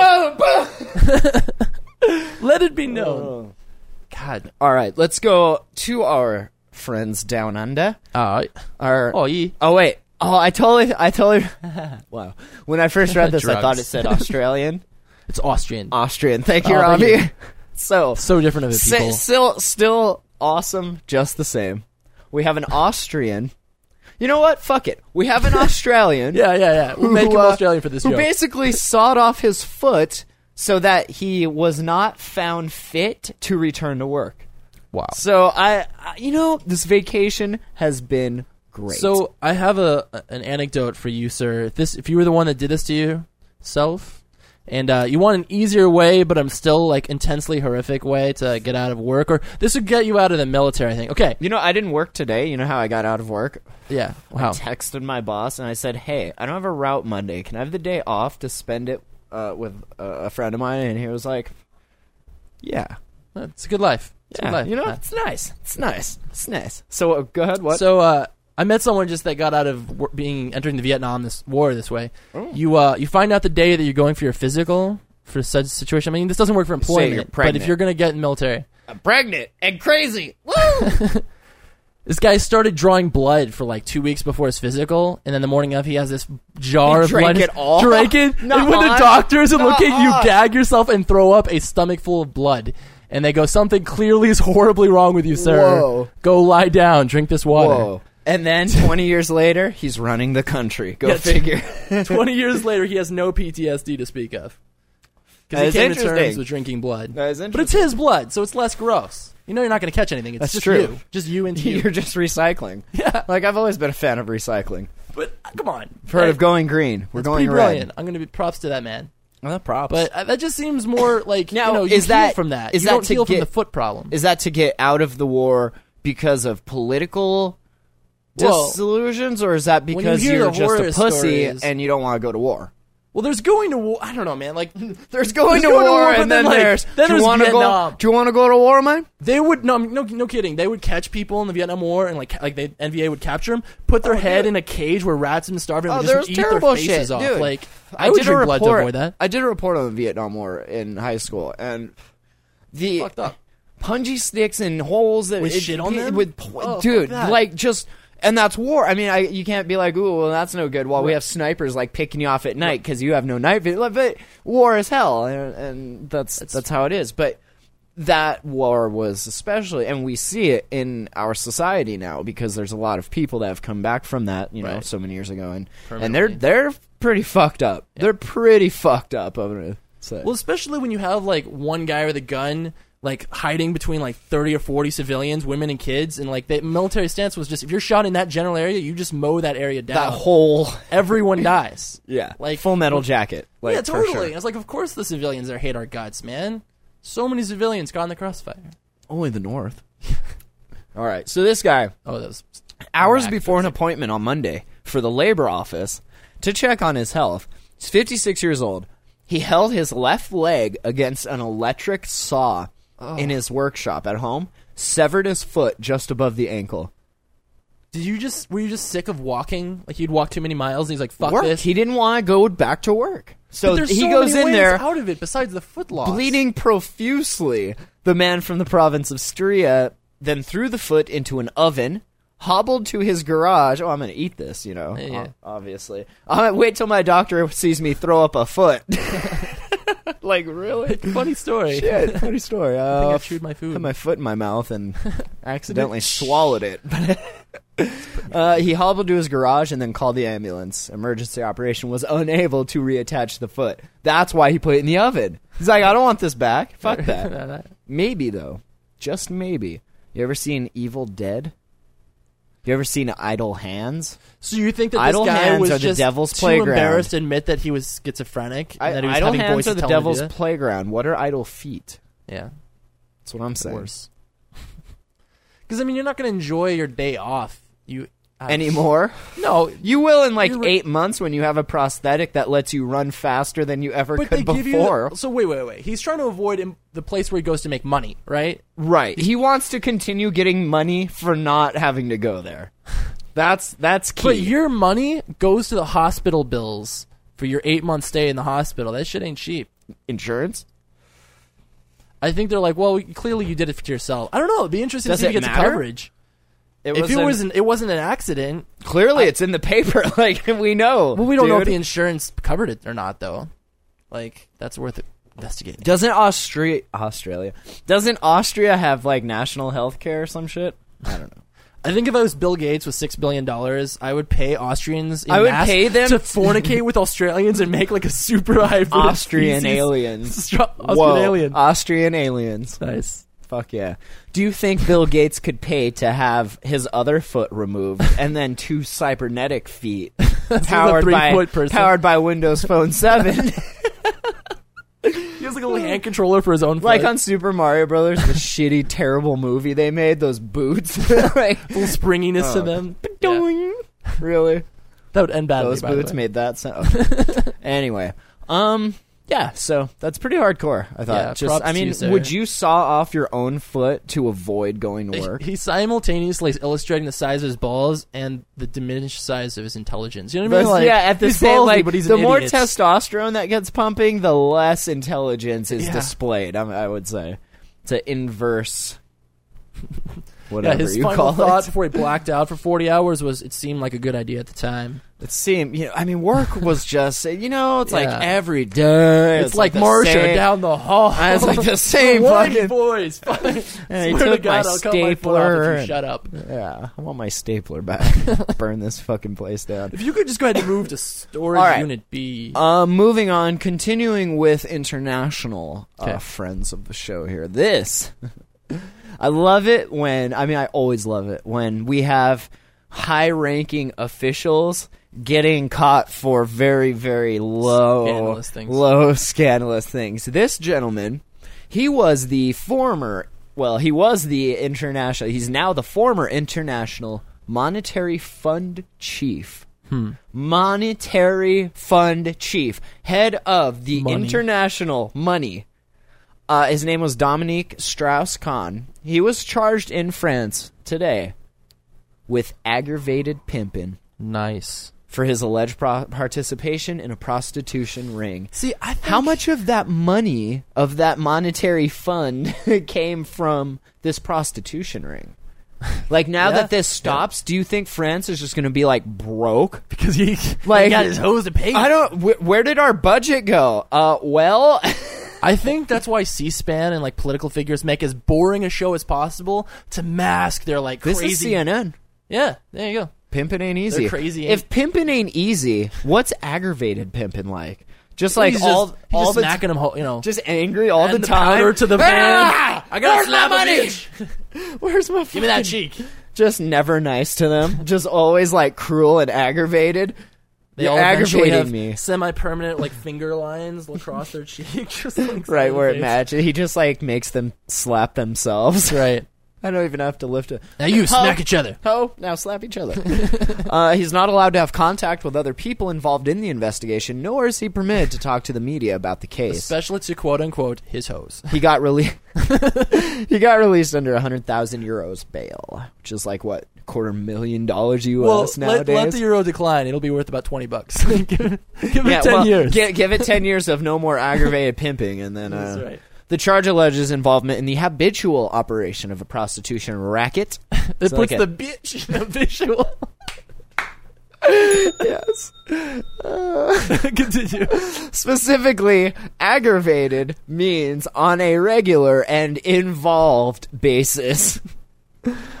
Speaker 4: Oh, boom, boom.
Speaker 5: Let it be known. God.
Speaker 4: All right, let's go to our friends down under.
Speaker 5: Uh,
Speaker 4: Our
Speaker 5: oh, ye.
Speaker 4: Oh wait. Oh, I totally, I totally. wow. When I first read this, I thought
Speaker 5: Drugs.
Speaker 4: it said Australian,
Speaker 5: It's Austrian.
Speaker 4: Austrian. Thank you,
Speaker 5: Oh, thank
Speaker 4: Robbie.
Speaker 5: you.
Speaker 4: so,
Speaker 5: so different of the
Speaker 4: si-
Speaker 5: people.
Speaker 4: still, still awesome, just the same. We have an Austrian. You know what? Fuck it. We have an Australian.
Speaker 5: yeah, yeah, yeah. We're making
Speaker 4: uh,
Speaker 5: Australian for this
Speaker 4: who
Speaker 5: joke.
Speaker 4: basically sawed off his foot so that he was not found fit to return to work.
Speaker 5: wow.
Speaker 4: So I, I you know, this vacation has been great.
Speaker 5: So I have a an anecdote for you, sir. If this, if you were the one that did this to yourself, and uh, you want an easier way, but I'm still like intensely horrific way to get out of work, or this would get you out of the military. I think. Okay.
Speaker 4: you know, I didn't work today. You know how I got out of work?
Speaker 5: Yeah. Wow.
Speaker 4: texted my boss and I said, "Hey, I don't have a route Monday. Can I have the day off to spend it uh, with uh, a friend of mine?" And he was like, "Yeah,
Speaker 5: It's a good life. It's a good
Speaker 4: yeah.
Speaker 5: life.
Speaker 4: You know,
Speaker 5: Yeah.
Speaker 4: it's nice. It's nice. It's nice." So uh, go ahead. What?
Speaker 5: So uh, I met someone just that got out of wor- being entering the Vietnam this war this way.
Speaker 4: Oh.
Speaker 5: You uh, you find out the day that you're going for your physical for such a situation. I mean, this doesn't work for
Speaker 4: say you're
Speaker 5: employment, but if
Speaker 4: pregnant.
Speaker 5: you're gonna get in military,
Speaker 4: I'm pregnant and crazy.
Speaker 5: this guy started drawing blood for like two weeks before his physical, and then the morning of he has this jar
Speaker 4: He
Speaker 5: of
Speaker 4: drank
Speaker 5: blood.
Speaker 4: it all?
Speaker 5: Drank it,
Speaker 4: Nuh-uh.
Speaker 5: and when the doctors would look at you,
Speaker 4: Nuh-uh.
Speaker 5: gag yourself and throw up a stomach full of blood. And they go, something clearly is horribly wrong with you, sir.
Speaker 4: Whoa.
Speaker 5: Go lie down, drink this water.
Speaker 4: Whoa. And then 20 years later, he's running the country. Go
Speaker 5: Yeah, t-
Speaker 4: figure.
Speaker 5: 20 years later, he has no PTSD to speak of.
Speaker 4: That
Speaker 5: Because
Speaker 4: is
Speaker 5: he came to terms
Speaker 4: interesting.
Speaker 5: with drinking blood.
Speaker 4: That is
Speaker 5: But it's his blood, so it's less gross. You know you're not going to catch anything. It's
Speaker 4: That's
Speaker 5: just
Speaker 4: true.
Speaker 5: you. Just you and you.
Speaker 4: You're just recycling.
Speaker 5: Yeah.
Speaker 4: Like I've always been a fan of recycling.
Speaker 5: But uh, come on.
Speaker 4: I've heard of
Speaker 5: Hey,
Speaker 4: going green. We're
Speaker 5: it's
Speaker 4: going
Speaker 5: pretty
Speaker 4: red.
Speaker 5: brilliant. I'm going to be props to that man.
Speaker 4: Well, props.
Speaker 5: But uh, that just seems more like,
Speaker 4: Now,
Speaker 5: you know, you
Speaker 4: is
Speaker 5: heal
Speaker 4: that-
Speaker 5: from that.
Speaker 4: is
Speaker 5: you
Speaker 4: that
Speaker 5: don't
Speaker 4: to
Speaker 5: heal from
Speaker 4: get-
Speaker 5: the foot problem.
Speaker 4: is that to get out of the war because of political
Speaker 5: Well-
Speaker 4: disillusions, or is that
Speaker 5: you
Speaker 4: because
Speaker 5: hear
Speaker 4: you are
Speaker 5: the
Speaker 4: just
Speaker 5: horror
Speaker 4: a pussy
Speaker 5: stories-
Speaker 4: and you don't want to go to war?
Speaker 5: well, there's going to war. I don't know, man. Like,
Speaker 4: There's going,
Speaker 5: There's
Speaker 4: to,
Speaker 5: going
Speaker 4: war,
Speaker 5: to war, but
Speaker 4: and then,
Speaker 5: then, like,
Speaker 4: there's.
Speaker 5: then
Speaker 4: do you
Speaker 5: there's
Speaker 4: want to go?
Speaker 5: Vietnam.
Speaker 4: Do you want to go to war, man?
Speaker 5: They would no, no, no kidding. They would catch people in the Vietnam War and like, ca- like they NVA would capture them, put their head in a cage where rats and starve and
Speaker 4: Oh,
Speaker 5: would
Speaker 4: there's
Speaker 5: just eat their
Speaker 4: terrible
Speaker 5: faces
Speaker 4: shit,
Speaker 5: off.
Speaker 4: dude.
Speaker 5: Like, I, would
Speaker 4: did a
Speaker 5: drink
Speaker 4: report.
Speaker 5: blood to avoid that.
Speaker 4: I did a report on the Vietnam War in high school, and the
Speaker 5: Fucked up.
Speaker 4: punji sticks and holes that
Speaker 5: With
Speaker 4: it-
Speaker 5: shit on
Speaker 4: it-
Speaker 5: them?
Speaker 4: With po-
Speaker 5: Oh, fuck
Speaker 4: dude,
Speaker 5: that.
Speaker 4: like just. And that's war. I mean, I, you can't be like, "Ooh, well, that's no good." While we have snipers like picking you off at night because you have no night vision. Like, But war is hell, and, and that's that's how it is. But that war was especially, and we see it in our society now because there's a lot of people that have come back from that, you know,
Speaker 5: Right.
Speaker 4: so many years ago, and and they're
Speaker 5: Permanently.
Speaker 4: they're pretty fucked up. They're pretty fucked up. I'm gonna say.
Speaker 5: Well, especially when you have like one guy with a gun like hiding between like 30 or 40 civilians, women and kids and like the military stance was just if you're shot in that general area, you just mow that area down.
Speaker 4: that whole
Speaker 5: everyone dies.
Speaker 4: yeah,
Speaker 5: Like-
Speaker 4: like Full Metal Jacket. Like,
Speaker 5: yeah,
Speaker 4: for
Speaker 5: totally.
Speaker 4: sure.
Speaker 5: I was like, of course the civilians there hate our guts, man. So many civilians got in the crossfire.
Speaker 4: Only the North. All right, so this guy
Speaker 5: Oh, that was
Speaker 4: hours
Speaker 5: Back,
Speaker 4: before an appointment on Monday for the labor office to check on his health. He's 56 years old. He held his left leg against an electric saw in his workshop at home, severed his foot just above the ankle.
Speaker 5: Did you just were you just sick of walking? Like you'd walk too many miles and he's like, fuck
Speaker 4: Work.
Speaker 5: this.
Speaker 4: He didn't want to go back to work. So
Speaker 5: But there's
Speaker 4: he
Speaker 5: so
Speaker 4: goes
Speaker 5: many
Speaker 4: in
Speaker 5: ways
Speaker 4: there
Speaker 5: out of it besides the foot loss.
Speaker 4: bleeding profusely. The man from the province of Styria then threw the foot into an oven, hobbled to his garage. Oh, I'm going to eat this, you know.
Speaker 5: Yeah.
Speaker 4: o- Obviously. I'm going to wait till my doctor sees me throw up a foot. like, really?
Speaker 5: Funny story.
Speaker 4: Yeah, funny story. Uh,
Speaker 5: I
Speaker 4: f-
Speaker 5: chewed my food.
Speaker 4: Had my foot in my mouth and accidentally swallowed it. uh, he hobbled to his garage and then called the ambulance. Emergency operation was unable to reattach the foot. That's why he put it in the oven. He's like, I don't want this back. Fuck that. Maybe though, just maybe. You ever seen Evil Dead? You ever seen Idle Hands?
Speaker 5: So you think that this
Speaker 4: Idle
Speaker 5: guy
Speaker 4: hands
Speaker 5: was
Speaker 4: are the
Speaker 5: just
Speaker 4: devil's
Speaker 5: too
Speaker 4: playground.
Speaker 5: embarrassed to admit that he was schizophrenic and that he was
Speaker 4: idle
Speaker 5: having
Speaker 4: Hands
Speaker 5: voices
Speaker 4: are the
Speaker 5: telling him to do
Speaker 4: devil's
Speaker 5: that?
Speaker 4: playground. What are idle feet?
Speaker 5: yeah,
Speaker 4: That's what I'm saying.
Speaker 5: worse. Because I mean, you're not going to enjoy your day off. You
Speaker 4: anymore.
Speaker 5: No,
Speaker 4: You will in like
Speaker 5: You're right.
Speaker 4: eight months when you have a prosthetic that lets you run faster than you ever
Speaker 5: but
Speaker 4: could
Speaker 5: they give
Speaker 4: before.
Speaker 5: you. So wait, wait, wait. He's trying to avoid im- the place where he goes to make money, right?
Speaker 4: right. He wants to continue getting money for not having to go there. That's that's key.
Speaker 5: But your money goes to the hospital bills for your eight month stay in the hospital. That shit ain't cheap.
Speaker 4: insurance?
Speaker 5: I think they're like, well, clearly you did it to yourself. I don't know. It'd be interesting
Speaker 4: Does
Speaker 5: to see if he
Speaker 4: it
Speaker 5: gets
Speaker 4: matter?
Speaker 5: coverage.
Speaker 4: It
Speaker 5: If it
Speaker 4: an-
Speaker 5: wasn't, it wasn't an accident.
Speaker 4: clearly it's in the paper. Like we know.
Speaker 5: Well, we don't know if
Speaker 4: dude.
Speaker 5: the insurance covered it or not, though. Like that's worth investigating.
Speaker 4: Doesn't Austria Australia? Doesn't Austria have like national health care or some shit? I don't know.
Speaker 5: I think if I was Bill Gates with six billion dollars, I would pay Austrians. In
Speaker 4: I would
Speaker 5: mass
Speaker 4: pay them-
Speaker 5: to fornicate with Australians and make like a super hybrid
Speaker 4: Austrian
Speaker 5: species.
Speaker 4: aliens.
Speaker 5: Stra- Austrian
Speaker 4: Whoa. Uh,
Speaker 5: alien.
Speaker 4: Austrian aliens.
Speaker 5: nice.
Speaker 4: Fuck yeah. Do you think Bill Gates could pay to have his other foot removed and then two cybernetic feet powered by
Speaker 5: three-foot person.
Speaker 4: powered by Windows Phone 7
Speaker 5: He has like a little hand controller for his own.
Speaker 4: like
Speaker 5: foot.
Speaker 4: on Super Mario Brothers the shitty terrible movie they made those boots like
Speaker 5: little springiness
Speaker 4: Oh.
Speaker 5: to them. Yeah.
Speaker 4: doing really
Speaker 5: That would end badly.
Speaker 4: those
Speaker 5: by the
Speaker 4: boots
Speaker 5: way.
Speaker 4: made that sound. Okay. anyway, um, yeah. So that's pretty hardcore. I thought.
Speaker 5: Yeah,
Speaker 4: Just,
Speaker 5: props
Speaker 4: I
Speaker 5: to
Speaker 4: mean,
Speaker 5: you, sir.
Speaker 4: would you saw off your own foot to avoid going to
Speaker 5: He-
Speaker 4: work?
Speaker 5: He's simultaneously illustrating the size of his balls and the diminished size of his intelligence. You know what I mean?
Speaker 4: But,
Speaker 5: Like,
Speaker 4: yeah, at the
Speaker 5: he's
Speaker 4: same
Speaker 5: ballsy,
Speaker 4: like
Speaker 5: but he's
Speaker 4: the
Speaker 5: an
Speaker 4: more
Speaker 5: idiot.
Speaker 4: testosterone that gets pumping, the less intelligence is
Speaker 5: Yeah.
Speaker 4: displayed. I, I would say it's an inverse.
Speaker 5: Yeah,
Speaker 4: Whatever
Speaker 5: his
Speaker 4: you
Speaker 5: final
Speaker 4: call
Speaker 5: thought
Speaker 4: it.
Speaker 5: before he blacked out for 40 hours was it seemed like a good idea at the time.
Speaker 4: It seemed, you know, I mean, work was just, you know, it's
Speaker 5: Yeah.
Speaker 4: like every day.
Speaker 5: It's, like,
Speaker 4: the
Speaker 5: Marsha
Speaker 4: same-
Speaker 5: down the hall.
Speaker 4: I was like the same
Speaker 5: Warning,
Speaker 4: fucking-
Speaker 5: boys. Fuck.
Speaker 4: he
Speaker 5: Swear to
Speaker 4: took my
Speaker 5: God, I'll cut my foot off
Speaker 4: stapler
Speaker 5: if you
Speaker 4: and-
Speaker 5: shut up.
Speaker 4: Yeah, I want my stapler back. Burn this fucking place down.
Speaker 5: If you could just go ahead and move to storage
Speaker 4: All right.
Speaker 5: unit B.
Speaker 4: Uh, moving on, continuing with international
Speaker 5: Okay.
Speaker 4: uh, friends of the show here. This, I love it when, I mean, I always love it when we have high ranking officials getting caught for very, very low,
Speaker 5: Scandalous things.
Speaker 4: low, scandalous things. This gentleman, he was the former, well, he was the international, he's now the former international monetary fund chief
Speaker 5: Hmm.
Speaker 4: monetary fund chief, head of the
Speaker 5: Money.
Speaker 4: international money. Uh, his name was Dominique Strauss Kahn. He was charged in France today with aggravated pimping
Speaker 5: nice.
Speaker 4: for his alleged pro- participation in a prostitution ring.
Speaker 5: See, I think
Speaker 4: How much of that money of that monetary fund came from this prostitution ring? Like now
Speaker 5: Yeah.
Speaker 4: that this stops, do you think France is just going to be like broke
Speaker 5: because he
Speaker 4: Like-
Speaker 5: like got his hose to pay.
Speaker 4: I don't. Wh- where did our budget go? Uh, well,
Speaker 5: I think that's why C-SPAN and like political figures make as boring a show as possible to mask their like
Speaker 4: this is
Speaker 5: crazy.
Speaker 4: CNN.
Speaker 5: yeah, there you go.
Speaker 4: Pimpin' ain't easy.
Speaker 5: crazy, ain't-
Speaker 4: If pimpin' ain't easy, what's aggravated pimpin' like? Just like
Speaker 5: he's
Speaker 4: all
Speaker 5: just, he's
Speaker 4: all
Speaker 5: just
Speaker 4: the
Speaker 5: smacking him, ho- you know,
Speaker 4: just angry all
Speaker 5: and
Speaker 4: the, time.
Speaker 5: powder to the
Speaker 4: Ah!
Speaker 5: van. I got
Speaker 4: Where's my
Speaker 5: slap a
Speaker 4: money?
Speaker 5: bitch.
Speaker 4: Where's my?
Speaker 5: Give me that cheek.
Speaker 4: Just never nice to them. Just always like cruel and aggravated.
Speaker 5: They
Speaker 4: You're
Speaker 5: all eventually
Speaker 4: aggravating
Speaker 5: have
Speaker 4: me.
Speaker 5: Semi-permanent like finger lines across their cheek, just like
Speaker 4: Right where it
Speaker 5: face.
Speaker 4: matches. He just like makes them slap themselves.
Speaker 5: Right
Speaker 4: I don't even have to lift it.
Speaker 5: now, you
Speaker 4: How-
Speaker 5: smack each other.
Speaker 4: Ho, now slap each other. uh, he's not allowed to have contact with other people involved in the investigation, nor is he permitted to talk to the media about the case.
Speaker 5: Especially to quote unquote his hose.
Speaker 4: He got released. he got released under hundred thousand euros bail, which is like what quarter million dollars US
Speaker 5: Well, let,
Speaker 4: nowadays.
Speaker 5: let the euro decline; it'll be worth about twenty bucks. give it, give it
Speaker 4: yeah,
Speaker 5: ten
Speaker 4: well,
Speaker 5: years.
Speaker 4: gi- give it ten years of no more aggravated pimping, and then uh,
Speaker 5: That's right.
Speaker 4: the charge alleges involvement in the habitual operation of a prostitution racket.
Speaker 5: It
Speaker 4: So,
Speaker 5: puts
Speaker 4: like,
Speaker 5: the
Speaker 4: a-
Speaker 5: bitch in a visual.
Speaker 4: yes.
Speaker 5: Continue.
Speaker 4: Specifically, aggravated means on a regular and involved basis.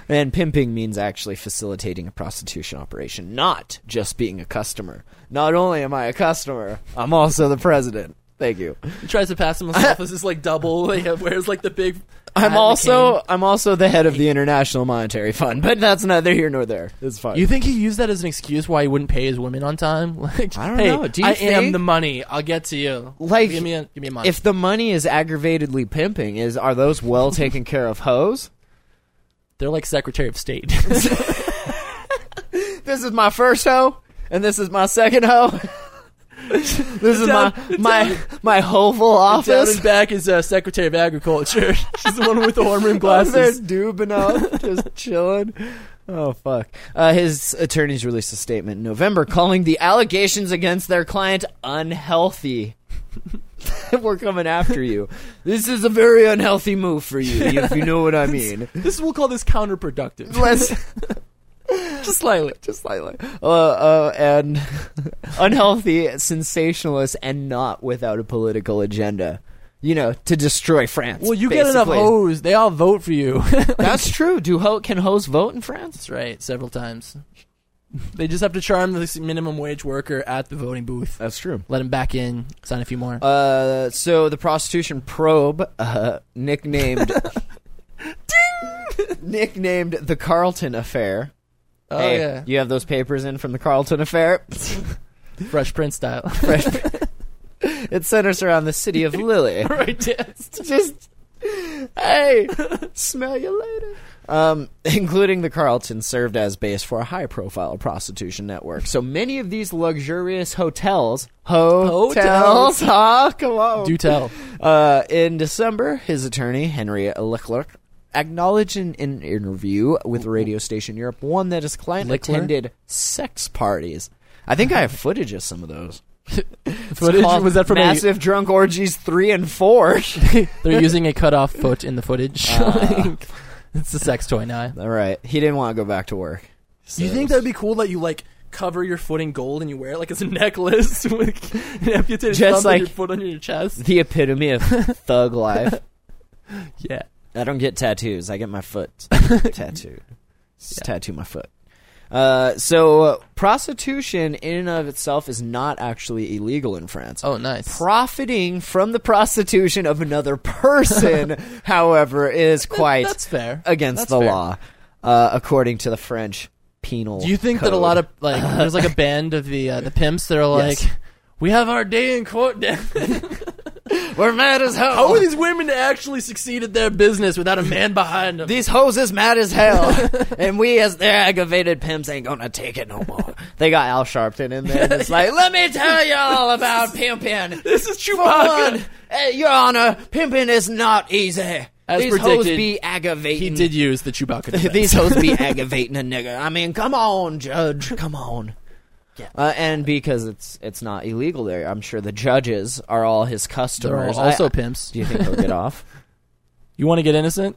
Speaker 4: and pimping means actually facilitating a prostitution operation, not just being a customer. Not only am I a customer, I'm also the president. Thank you.
Speaker 5: He tries to pass himself as this like double. Like, wears like the big. hat and
Speaker 4: I'm
Speaker 5: the
Speaker 4: also
Speaker 5: cane.
Speaker 4: I'm also the head of the International Monetary Fund, but that's neither here nor there. It's fine.
Speaker 5: You think he used that as an excuse why he wouldn't pay his women on time? Like
Speaker 4: I don't
Speaker 5: hey,
Speaker 4: know. Do you
Speaker 5: I am
Speaker 4: think-
Speaker 5: the money. I'll get to you.
Speaker 4: Like,
Speaker 5: give me a give me a month.
Speaker 4: if the money is aggravatedly pimping, is are those well taken care of hoes?
Speaker 5: They're like Secretary of State.
Speaker 4: this is my first hoe, and this is my second hoe. this is my
Speaker 5: down- it's
Speaker 4: my my hopeful
Speaker 5: Down
Speaker 4: office.
Speaker 5: and back is uh, Secretary of Agriculture. She's the one with the horn rim
Speaker 4: Over there
Speaker 5: glasses.
Speaker 4: dubing up, just chilling. Oh fuck! Uh, his attorneys released a statement in November calling the allegations against their client unhealthy. We're coming after you. This is a very unhealthy move for you, if you know what I mean.
Speaker 5: This we'll call this counterproductive.
Speaker 4: Let's
Speaker 5: Just slightly.
Speaker 4: just slightly. Uh, uh, and unhealthy, sensationalist, and not without a political agenda. You know, to destroy France.
Speaker 5: Well, you get enough
Speaker 4: basically.
Speaker 5: hoes, they all vote for you.
Speaker 4: That's true. Do ho- can hoes vote in France?
Speaker 5: That's right, several times. They just have to charm the minimum wage worker at the voting booth.
Speaker 4: That's true.
Speaker 5: Let him back in, sign a few more.
Speaker 4: Uh, so the prostitution probe, uh, nicknamed, nicknamed the Carlton affair.
Speaker 5: oh,
Speaker 4: hey,
Speaker 5: yeah.
Speaker 4: you have those papers in from the Carlton affair.
Speaker 5: Fresh Prince style.
Speaker 4: it centers around the city of Lily.
Speaker 5: right, danced.
Speaker 4: just hey smell you later um, including the carlton served as base for a high-profile prostitution network so many of these luxurious hotels hotels,
Speaker 5: Hotels.
Speaker 4: huh come on
Speaker 5: Do tell.
Speaker 4: uh, in december his attorney henry lickler acknowledged in an interview with radio station europe one that his client
Speaker 5: Lickler?
Speaker 4: attended sex parties i think i have footage of some of those
Speaker 5: Footage
Speaker 4: Called
Speaker 5: was that from a,
Speaker 4: massive drunk orgies three and four
Speaker 5: They're using a cut off foot in the footage. Like, it's a sex toy now.
Speaker 4: All right. He didn't want to go back to work.
Speaker 5: Do you think that'd be cool that you like cover your foot in gold and you wear it like as a necklace with an amputated
Speaker 4: Just
Speaker 5: thumb
Speaker 4: like-
Speaker 5: and your foot on your chest?
Speaker 4: The epitome of thug life.
Speaker 5: Yeah.
Speaker 4: I don't get tattoos. I get my foot tattooed. Just Tattoo my foot. Uh, so uh, prostitution in and of itself is not actually illegal in France.
Speaker 5: Oh, nice.
Speaker 4: Profiting from the prostitution of another person, however, is quite
Speaker 5: that's fair.
Speaker 4: against
Speaker 5: That's
Speaker 4: the
Speaker 5: fair.
Speaker 4: law, uh, according to the French penal.
Speaker 5: Do you think that a
Speaker 4: code.
Speaker 5: lot of like there's like a band of the uh, the pimps that are like,
Speaker 4: Yes.
Speaker 5: we have our day in court. now."
Speaker 4: we're mad as hell?
Speaker 5: How are these women to actually succeed at their business without a man behind them?
Speaker 4: These hoes is mad as hell, and we as their aggravated pimps ain't gonna take it no more. They got Al Sharpton in there, and it's like, let me tell you all about pimping.
Speaker 5: this is
Speaker 4: For one, eh, Your Honor, pimping is not easy.
Speaker 5: As
Speaker 4: These hoes
Speaker 5: predicted,
Speaker 4: be
Speaker 5: He
Speaker 4: aggravating.
Speaker 5: did use the Chewbacca. device.
Speaker 4: These hoes be aggravating a nigga. I mean, come on, judge, come on. Uh, and because it's it's not illegal there, I'm sure the judges are all his
Speaker 5: They're all
Speaker 4: customers. I-
Speaker 5: also pimps.
Speaker 4: do you think he'll get off?
Speaker 5: You want to get innocent?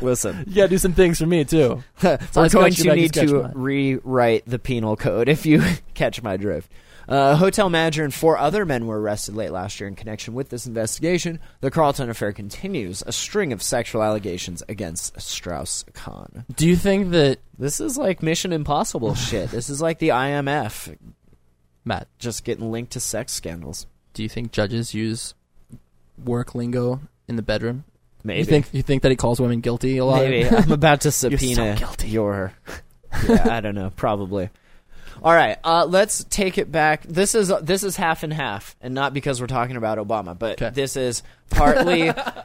Speaker 4: Listen,
Speaker 5: you gotta do some things for me too.
Speaker 4: We're
Speaker 5: Let's
Speaker 4: going
Speaker 5: catch you
Speaker 4: to
Speaker 5: back,
Speaker 4: need
Speaker 5: let's catch
Speaker 4: to
Speaker 5: mine.
Speaker 4: rewrite the penal code if you catch my drift. Uh, hotel manager and four other men were arrested late last year in connection with this investigation. The Carlton affair continues a string of sexual allegations against Strauss Kahn.
Speaker 5: Do you think that
Speaker 4: This is like Mission Impossible shit. This is like the IMF
Speaker 5: Matt?
Speaker 4: just getting linked to sex scandals.
Speaker 5: Do you think judges use work lingo in the bedroom?
Speaker 4: Maybe.
Speaker 5: You think you think that he calls women guilty a lot?
Speaker 4: Maybe. I'm about to subpoena
Speaker 5: so guilty.
Speaker 4: your. Yeah, I don't know. Probably. All right. Uh, let's take it back. This is this is half and half, and not because we're talking about Obama, but
Speaker 5: 'Kay.
Speaker 4: this is partly
Speaker 5: that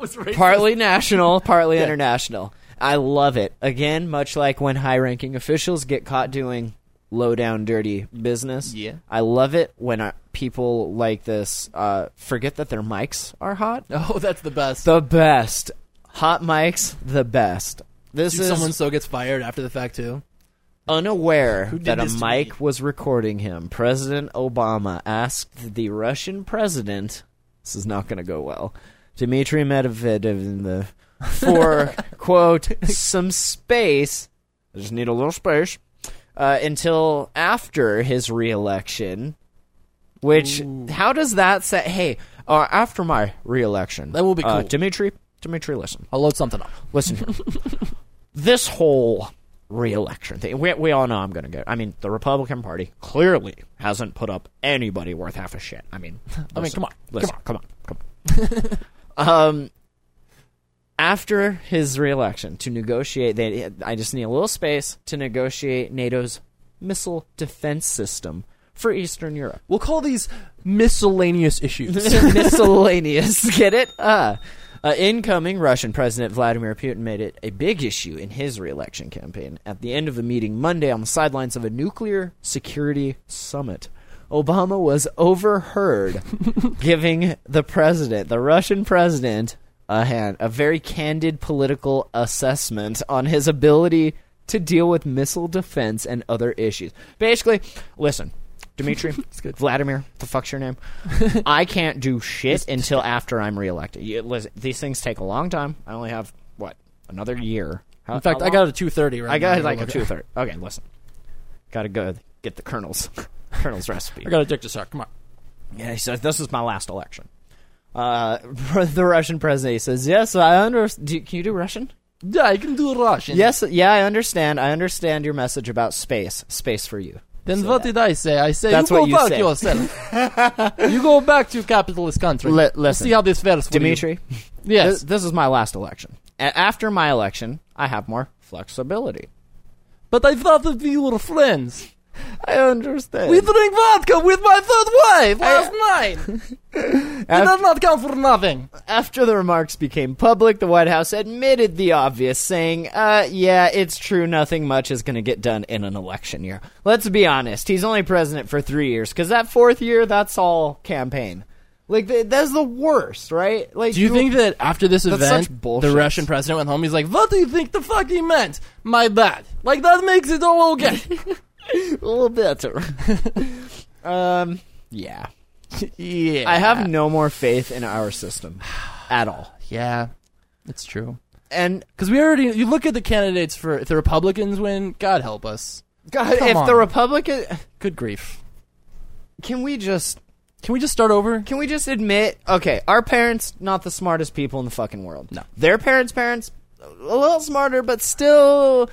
Speaker 5: was racist.
Speaker 4: partly national, partly international. I love it. Again, much like when high-ranking officials get caught doing low-down, dirty business.
Speaker 5: Yeah.
Speaker 4: I love it when uh, people like this uh, forget that their mics are hot.
Speaker 5: Oh, that's the best.
Speaker 4: The best. Hot mics, the best. This
Speaker 5: Dude,
Speaker 4: is
Speaker 5: someone so gets fired after the fact too.
Speaker 4: unaware
Speaker 5: did
Speaker 4: that a
Speaker 5: this to
Speaker 4: mic was recording him. President Obama asked the Russian president, this is not going to go well, Dmitry Medvedev in the, for, quote, some space. I just need a little space. Uh, until after his reelection, which, how does that say, hey, uh, after my reelection.
Speaker 5: That will be
Speaker 4: Uh,
Speaker 5: cool.
Speaker 4: Dmitry, Dmitry, listen
Speaker 5: I'll load something up.
Speaker 4: listen here. this whole reelection thing, we, we all know I'm going to go. I mean, the Republican Party clearly hasn't put up anybody worth half a shit. I mean,
Speaker 5: I mean,
Speaker 4: listen,
Speaker 5: come on,
Speaker 4: listen, come on, come on. um, after his reelection, to negotiate, they, I just need a little space to negotiate NATO's missile defense system for Eastern Europe.
Speaker 5: We'll call these miscellaneous issues.
Speaker 4: miscellaneous. Get it? Uh, Uh, incoming Russian President Vladimir Putin made it a big issue in his reelection campaign. At the end of the meeting Monday on the sidelines of a nuclear security summit, Obama was overheard giving the president, the Russian president, a hand, a very candid political assessment on his ability to deal with missile defense and other issues. Basically, listen, Dimitri, Vladimir, the fuck's your name? I can't do shit until after I'm reelected. You, listen, these things take a long time. I only have what another year. How-
Speaker 5: In fact,
Speaker 4: how
Speaker 5: I got
Speaker 4: long?
Speaker 5: a two thirty right
Speaker 4: I
Speaker 5: now.
Speaker 4: got
Speaker 5: Here,
Speaker 4: like a
Speaker 5: look.
Speaker 4: two thirty. Okay, listen, gotta go get the colonel's colonel's recipe.
Speaker 5: I got a dick to suck. Come on.
Speaker 4: Yeah, he says, this is my last election. Uh, the Russian president he says, yes, I understand. Can you do Russian?
Speaker 5: Yeah, I can do Russian.
Speaker 4: Yes, yeah, I understand. I understand your message about space. Space for you.
Speaker 5: Then what did I say? I say
Speaker 4: That's
Speaker 5: you go
Speaker 4: what you
Speaker 5: back
Speaker 4: said.
Speaker 5: yourself. you go back to capitalist country.
Speaker 4: Le-
Speaker 5: Let's
Speaker 4: listen.
Speaker 5: see how this fares for you.
Speaker 4: Dimitri,
Speaker 5: Yes.
Speaker 4: this, this is my last election. A- after my election, I have more flexibility.
Speaker 5: but I thought that we were friends.
Speaker 4: I understand.
Speaker 5: We drink vodka with my third wife last night. It does not count for nothing.
Speaker 4: After the remarks became public, the White House admitted the obvious, saying, uh, yeah, it's true, nothing much is going to get done in an election year. Let's be honest, he's only president for three years, because that fourth year, that's all campaign. Like, th- that's the worst, right? Like,
Speaker 5: Do you think that after this
Speaker 4: such
Speaker 5: event,
Speaker 4: bullshit.
Speaker 5: the Russian president went home? He's like, "What do you think the fuck he meant? My bad. Like that makes it all okay."
Speaker 4: a little better. um, yeah.
Speaker 5: yeah,
Speaker 4: I have no more faith in our system at all.
Speaker 5: Yeah, it's true.
Speaker 4: And
Speaker 5: Because we already, you look at the candidates for if the Republicans win, God help us.
Speaker 4: God,
Speaker 5: Come
Speaker 4: if the
Speaker 5: on.
Speaker 4: Republican,
Speaker 5: Good grief.
Speaker 4: can we just
Speaker 5: Can we just start over?
Speaker 4: Can we just admit, okay, our parents not the smartest people in the fucking world.
Speaker 5: No.
Speaker 4: Their parents' parents a little smarter, but still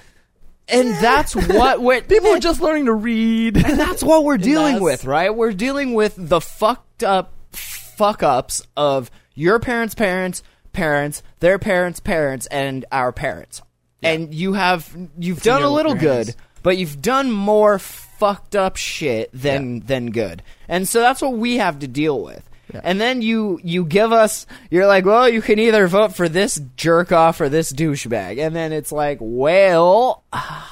Speaker 4: and that's what we're
Speaker 5: People are just learning to read.
Speaker 4: that's what we're dealing
Speaker 5: that's-
Speaker 4: with, right? We're dealing with the fucked up fuck ups of your parents' parents, parents, their parents' parents, and our parents. And you have you've done
Speaker 5: your-
Speaker 4: a little
Speaker 5: your
Speaker 4: good,
Speaker 5: hands.
Speaker 4: but you've done more fucked up shit than than good. And so that's what we have to deal with. And then you you give us you're like, well, you can either vote for this jerk off or this douchebag, and then it's like, well,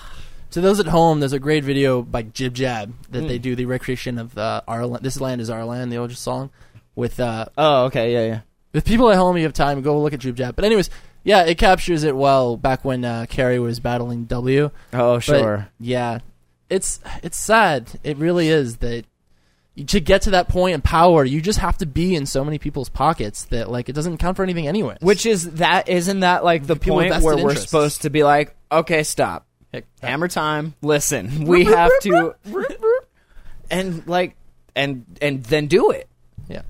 Speaker 5: to those at home, there's a great video by Jib Jab that
Speaker 4: Mm.
Speaker 5: they do the recreation of uh, our land. This land is our land, the old song, with uh,
Speaker 4: oh, okay, yeah, yeah.
Speaker 5: If people at home you have time, go look at Jib Jab. But anyways, yeah, it captures it well back when uh, Carrie was battling W.
Speaker 4: Oh,
Speaker 5: But,
Speaker 4: sure.
Speaker 5: yeah, it's it's sad. It really is that you- to get to that point in power, you just have to be in so many people's pockets that like it doesn't count for anything anyway.
Speaker 4: Which is that? Isn't that like the
Speaker 5: People with
Speaker 4: point
Speaker 5: vested
Speaker 4: where we're
Speaker 5: interests.
Speaker 4: supposed to be like, okay, stop, hammer time. Listen, we have to, and like, and and then do it.
Speaker 5: yeah,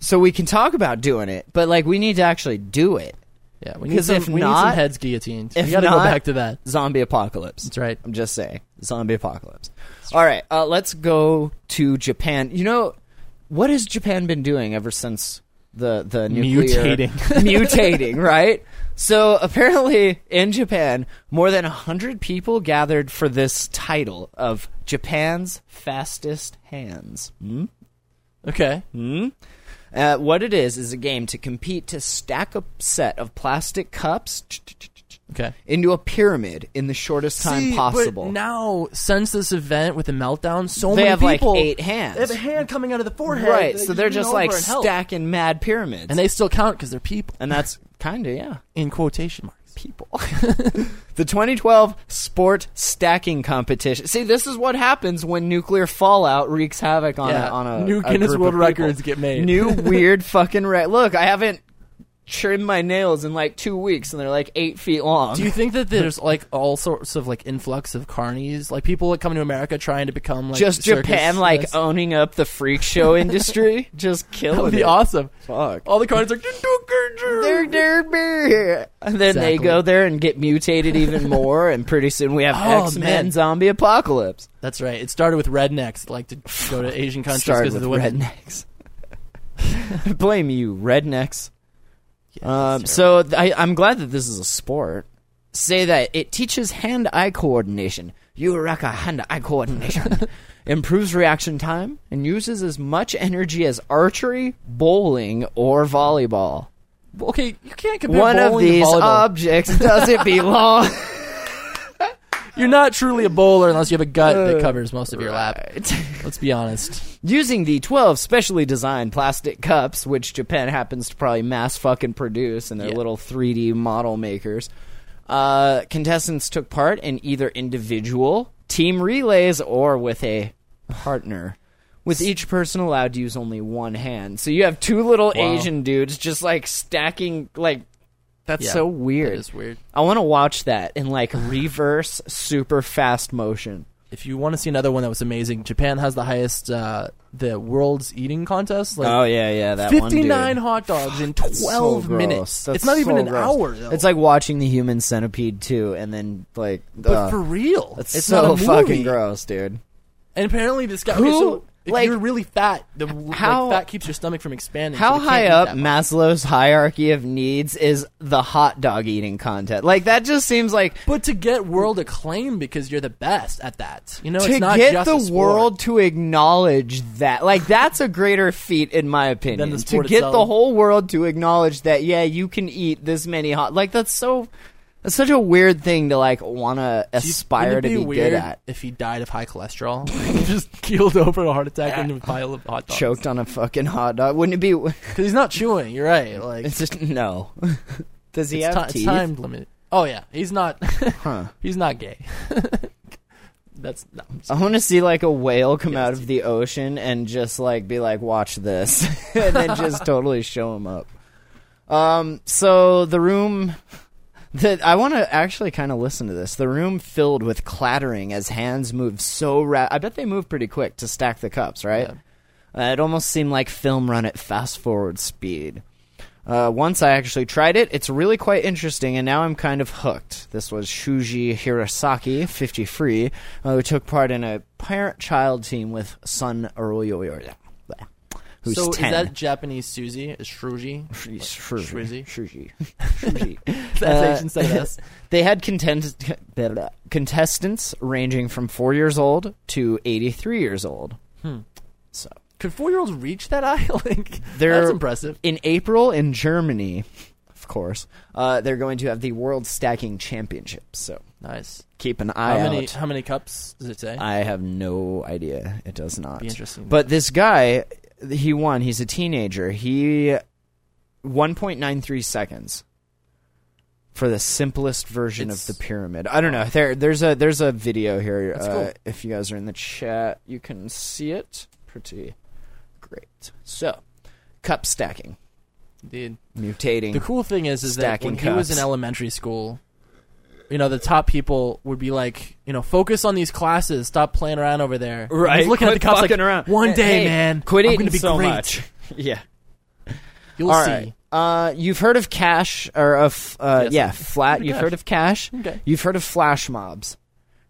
Speaker 4: So we can talk about doing it, but like we need to actually do it.
Speaker 5: yeah. We need
Speaker 4: 'Cause
Speaker 5: some,
Speaker 4: if
Speaker 5: we need
Speaker 4: not-
Speaker 5: some heads guillotined.
Speaker 4: if
Speaker 5: we got to go
Speaker 4: not-
Speaker 5: back to that.
Speaker 4: Zombie apocalypse.
Speaker 5: That's right.
Speaker 4: I'm just saying, zombie apocalypse. All right, uh, let's go to Japan. You know, what has Japan been doing ever since the the nuclear
Speaker 5: Mutating.
Speaker 4: mutating, right? So apparently, in Japan, more than hundred people gathered for this title of Japan's fastest hands.
Speaker 5: Okay,
Speaker 4: Mm. Uh, what it is is a game to compete to stack a set of plastic cups
Speaker 5: okay.
Speaker 4: into a pyramid in the shortest time
Speaker 5: See,
Speaker 4: possible.
Speaker 5: But now, since this event with the meltdown, so
Speaker 4: They
Speaker 5: many
Speaker 4: have, like,
Speaker 5: people
Speaker 4: eight hands.
Speaker 5: They have a hand coming out of the forehead.
Speaker 4: Right,
Speaker 5: that
Speaker 4: so
Speaker 5: you
Speaker 4: they're
Speaker 5: lean
Speaker 4: just
Speaker 5: over
Speaker 4: like
Speaker 5: and help.
Speaker 4: stacking mad pyramids,
Speaker 5: and they still count because they're people
Speaker 4: and that's kind of yeah,
Speaker 5: in quotation marks.
Speaker 4: people. the 2012 sport stacking competition. See, this is what happens when nuclear fallout wreaks havoc on
Speaker 5: Yeah,
Speaker 4: a, on a
Speaker 5: new
Speaker 4: a
Speaker 5: Guinness
Speaker 4: group
Speaker 5: World
Speaker 4: of people.
Speaker 5: Records get made.
Speaker 4: New weird fucking re- look. I haven't trimmed my nails in like two weeks, and they're like eight feet long.
Speaker 5: Do you think that there's like all sorts of like influx of carnies, like people that come to America trying to become like
Speaker 4: just
Speaker 5: circus
Speaker 4: Japan like oh,
Speaker 5: guys?
Speaker 4: owning up the freak show industry, just killing
Speaker 5: that would be
Speaker 4: it.
Speaker 5: awesome.
Speaker 4: Fuck.
Speaker 5: All the carnies are like
Speaker 4: They're- they're- they're- And then they
Speaker 5: Exactly.
Speaker 4: go there and get mutated even more, and pretty soon we have
Speaker 5: Oh,
Speaker 4: X Men
Speaker 5: man.
Speaker 4: zombie apocalypse.
Speaker 5: That's right. It started with rednecks, like to go to Asian countries
Speaker 4: Started
Speaker 5: because of
Speaker 4: with
Speaker 5: the women.
Speaker 4: rednecks. Blame you, rednecks.
Speaker 5: Yeah,
Speaker 4: Um,
Speaker 5: that's
Speaker 4: so th- I, I'm glad that this is a sport. Say that it teaches hand-eye coordination. Eureka! Hand-eye coordination improves reaction time and uses as much energy as archery, bowling, or volleyball.
Speaker 5: okay, you can't compare
Speaker 4: One of
Speaker 5: bowling to
Speaker 4: these
Speaker 5: volleyball.
Speaker 4: objects doesn't belong.
Speaker 5: You're not truly a bowler unless you have a gut
Speaker 4: Uh,
Speaker 5: that covers most of your lap. Let's be honest.
Speaker 4: Using the 12 specially designed plastic cups, which Japan happens to probably mass fucking produce in their
Speaker 5: Yeah.
Speaker 4: little 3D model makers, uh, contestants took part in either individual team relays or with a partner. With each person allowed to use only one hand. So you have two little
Speaker 5: Wow.
Speaker 4: Asian dudes just like stacking, like, that's
Speaker 5: Yeah,
Speaker 4: so weird.
Speaker 5: It is weird.
Speaker 4: I want to watch that in like reverse, super fast motion.
Speaker 5: If you want to see another one that was amazing, Japan has the highest uh, the world's eating contest. Like,
Speaker 4: yeah, yeah, that
Speaker 5: 59 hot dogs in 12
Speaker 4: so gross.
Speaker 5: minutes.
Speaker 4: That's
Speaker 5: it's not even
Speaker 4: so
Speaker 5: an
Speaker 4: gross.
Speaker 5: hour, though.
Speaker 4: It's like watching the Human Centipede too, and then like,
Speaker 5: but
Speaker 4: uh,
Speaker 5: for real.
Speaker 4: it's,
Speaker 5: it's
Speaker 4: so
Speaker 5: not a
Speaker 4: fucking
Speaker 5: movie.
Speaker 4: gross, dude.
Speaker 5: And apparently, this guy.
Speaker 4: Who-
Speaker 5: okay, so if
Speaker 4: like,
Speaker 5: you're really fat, the like,
Speaker 4: how-
Speaker 5: fat keeps your stomach from expanding. so
Speaker 4: How
Speaker 5: they can't
Speaker 4: high
Speaker 5: eat
Speaker 4: up
Speaker 5: that much.
Speaker 4: Maslow's hierarchy of needs is the hot dog eating contest? Like that just seems like
Speaker 5: But to get world acclaim because you're the best at that. You know,
Speaker 4: to
Speaker 5: it's not
Speaker 4: get
Speaker 5: just
Speaker 4: the
Speaker 5: a sport.
Speaker 4: world to acknowledge that like that's a greater feat in my opinion
Speaker 5: Than the
Speaker 4: to
Speaker 5: sport
Speaker 4: get the
Speaker 5: itself.
Speaker 4: whole world to acknowledge that yeah you can eat this many hot like that's so that's such a weird thing to like want to
Speaker 5: Do you-
Speaker 4: aspire to
Speaker 5: wouldn't it
Speaker 4: be,
Speaker 5: weird
Speaker 4: good at
Speaker 5: If he died of high cholesterol, just keeled over in a heart attack and a pile of hot dogs.
Speaker 4: choked on a fucking hot dog wouldn't it be
Speaker 5: Because he's not chewing. You're right. Like
Speaker 4: it's just no does he
Speaker 5: it's,
Speaker 4: have
Speaker 5: ti- it's
Speaker 4: teeth
Speaker 5: time limit. Oh yeah, he's not. He's not gay. That's no, I'm
Speaker 4: I
Speaker 5: sorry.
Speaker 4: want to see like a whale come out
Speaker 5: Yes.
Speaker 4: of the ocean and just like be like, "Watch this," and then just totally show him up. Um. So the room that I want to actually kind of listen to this. The room filled with clattering as hands move so ra- I bet they move pretty quick to stack the cups, right? Uh, it almost seemed like film run at fast forward speed. Uh, once I actually tried it, it's really quite interesting, and now I'm kind of hooked. This was Shuji Hirasaki, 53, uh, who took part in a parent-child team with Son Arroyo, who's
Speaker 5: so
Speaker 4: 10.
Speaker 5: is that Japanese Susie? Is Shruji?
Speaker 4: Shuji.
Speaker 5: Shuji?
Speaker 4: Shuji. Shuji.
Speaker 5: That's Asian instead of us.
Speaker 4: Uh, They had contest- contestants ranging from four years old to 83 years old.
Speaker 5: Hmm.
Speaker 4: So
Speaker 5: Could four year olds reach that eye? like
Speaker 4: They're-
Speaker 5: that's impressive.
Speaker 4: in April in Germany, of course, uh, they're going to have the World Stacking Championships. So
Speaker 5: Nice.
Speaker 4: keep an
Speaker 5: How
Speaker 4: eye
Speaker 5: many?
Speaker 4: out.
Speaker 5: How many cups does it say?
Speaker 4: I have no idea. It does not.
Speaker 5: Be interesting.
Speaker 4: But this guy, he won. He's a teenager. He 1.93 seconds for the simplest version
Speaker 5: It's-
Speaker 4: of the pyramid. I don't know. There, there's a there's a video here.
Speaker 5: That's
Speaker 4: Uh,
Speaker 5: cool.
Speaker 4: If you guys are in the chat, you can see it. Pretty great. So, cup stacking,
Speaker 5: Dude.
Speaker 4: mutating.
Speaker 5: The cool thing is, is that
Speaker 4: Stacking
Speaker 5: when he was in
Speaker 4: cups.
Speaker 5: elementary school, you know, the top people would be like, you know, focus on these classes. Stop playing around over there. And
Speaker 4: Right,
Speaker 5: He's looking
Speaker 4: quit
Speaker 5: at the cups like,
Speaker 4: fucking around.
Speaker 5: one
Speaker 4: Hey,
Speaker 5: day,
Speaker 4: hey,
Speaker 5: man,
Speaker 4: quit
Speaker 5: I'm
Speaker 4: eating
Speaker 5: gonna be
Speaker 4: so
Speaker 5: great.
Speaker 4: much." yeah.
Speaker 5: You'll
Speaker 4: All
Speaker 5: see.
Speaker 4: right. Uh, you've heard of cash or of uh,
Speaker 5: Yes,
Speaker 4: yeah,
Speaker 5: I've
Speaker 4: flat.
Speaker 5: heard of
Speaker 4: You've
Speaker 5: cash.
Speaker 4: heard of cash.
Speaker 5: Okay.
Speaker 4: You've heard of flash mobs.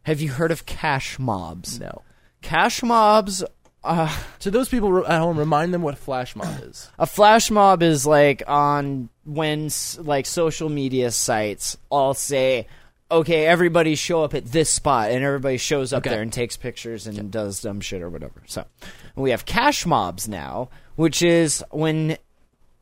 Speaker 4: Have you heard of cash mobs?
Speaker 5: No.
Speaker 4: Cash mobs. Uh,
Speaker 5: To those people at home, remind them what flash mob is.
Speaker 4: a flash mob is like on when s- like social media sites all say, "Okay, everybody show up at this spot," and everybody shows up
Speaker 5: Okay.
Speaker 4: there and takes pictures and does dumb shit or whatever. So, we have cash mobs now, which is when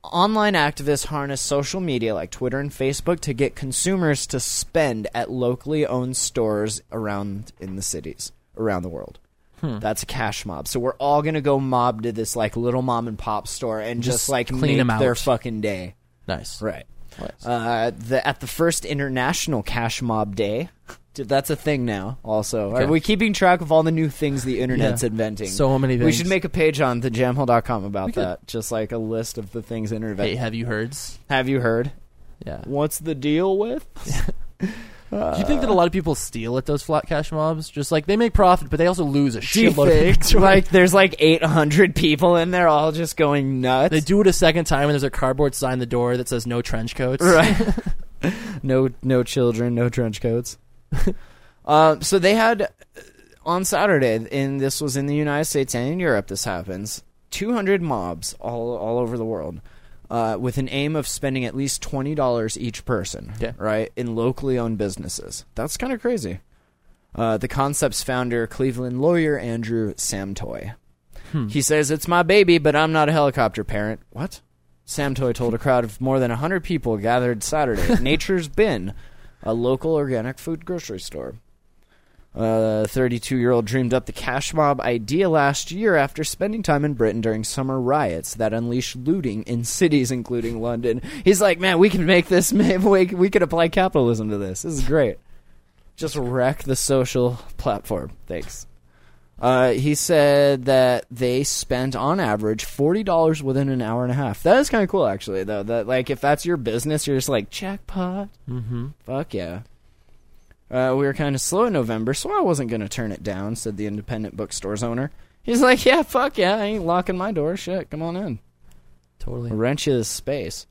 Speaker 4: online activists harness social media like Twitter and Facebook to get consumers to spend at locally owned stores around in the cities around the world.
Speaker 5: Hmm.
Speaker 4: That's a cash mob. So we're all gonna go mob to this like little mom and pop store and just,
Speaker 5: Just
Speaker 4: like
Speaker 5: clean
Speaker 4: make
Speaker 5: 'em out.
Speaker 4: their fucking day.
Speaker 5: Nice.
Speaker 4: Right.
Speaker 5: Nice.
Speaker 4: Uh, the, at the first international cash mob day, Dude, that's a thing now. Also, are
Speaker 5: Okay.
Speaker 4: we keeping track of all the new things the internet's
Speaker 5: Yeah.
Speaker 4: inventing?
Speaker 5: So many
Speaker 4: We
Speaker 5: things.
Speaker 4: should make a page on thejamhole.com about that. Just like a list of the things internet.
Speaker 5: Hey, have you heards?
Speaker 4: Have you heard?
Speaker 5: Yeah.
Speaker 4: What's the deal with?
Speaker 5: Do you think
Speaker 4: Uh,
Speaker 5: that a lot of people steal at those flat cash mobs? Just like they make profit, but they also lose a
Speaker 4: Do you
Speaker 5: shitload of
Speaker 4: think,
Speaker 5: inventory.
Speaker 4: like there's like 800 people in there all just going nuts?
Speaker 5: They do it a second time, and there's a cardboard sign on the door that says "No trench coats."
Speaker 4: right? no, no children, no trench coats. uh, so they had uh, on Saturday, and this was in the United States and in Europe. This happens. 200 mobs all all over the world, uh, with an aim of spending at least twenty dollars each person.
Speaker 5: Yeah.
Speaker 4: Right in locally owned businesses. That's kind of crazy. Uh, the concept's founder, Cleveland lawyer Andrew Samtoy. He says, It's my baby, but I'm not a helicopter parent. What? Sam Toy told a crowd of more than 100 people gathered Saturday at Nature's Bin, a local organic food grocery store. A 32 year old dreamed up the cash mob idea last year after spending time in Britain during summer riots that unleashed looting in cities, including London. He's like, man, we can make this, man. We, we could apply capitalism to this. This is great. Just wreck the social platform. Thanks. Uh, he said that they spent on average forty dollars within an hour and a half. That is kind of cool, actually. Though that like if that's your business, you're just like jackpot. Mm-hmm. Fuck yeah. Uh, we were kind of slow in November, so I wasn't going to turn it down," said the independent bookstore's owner. He's like, "Yeah, fuck yeah, I ain't locking my door. Shit, come on in."
Speaker 5: Totally.
Speaker 4: Wrench is space.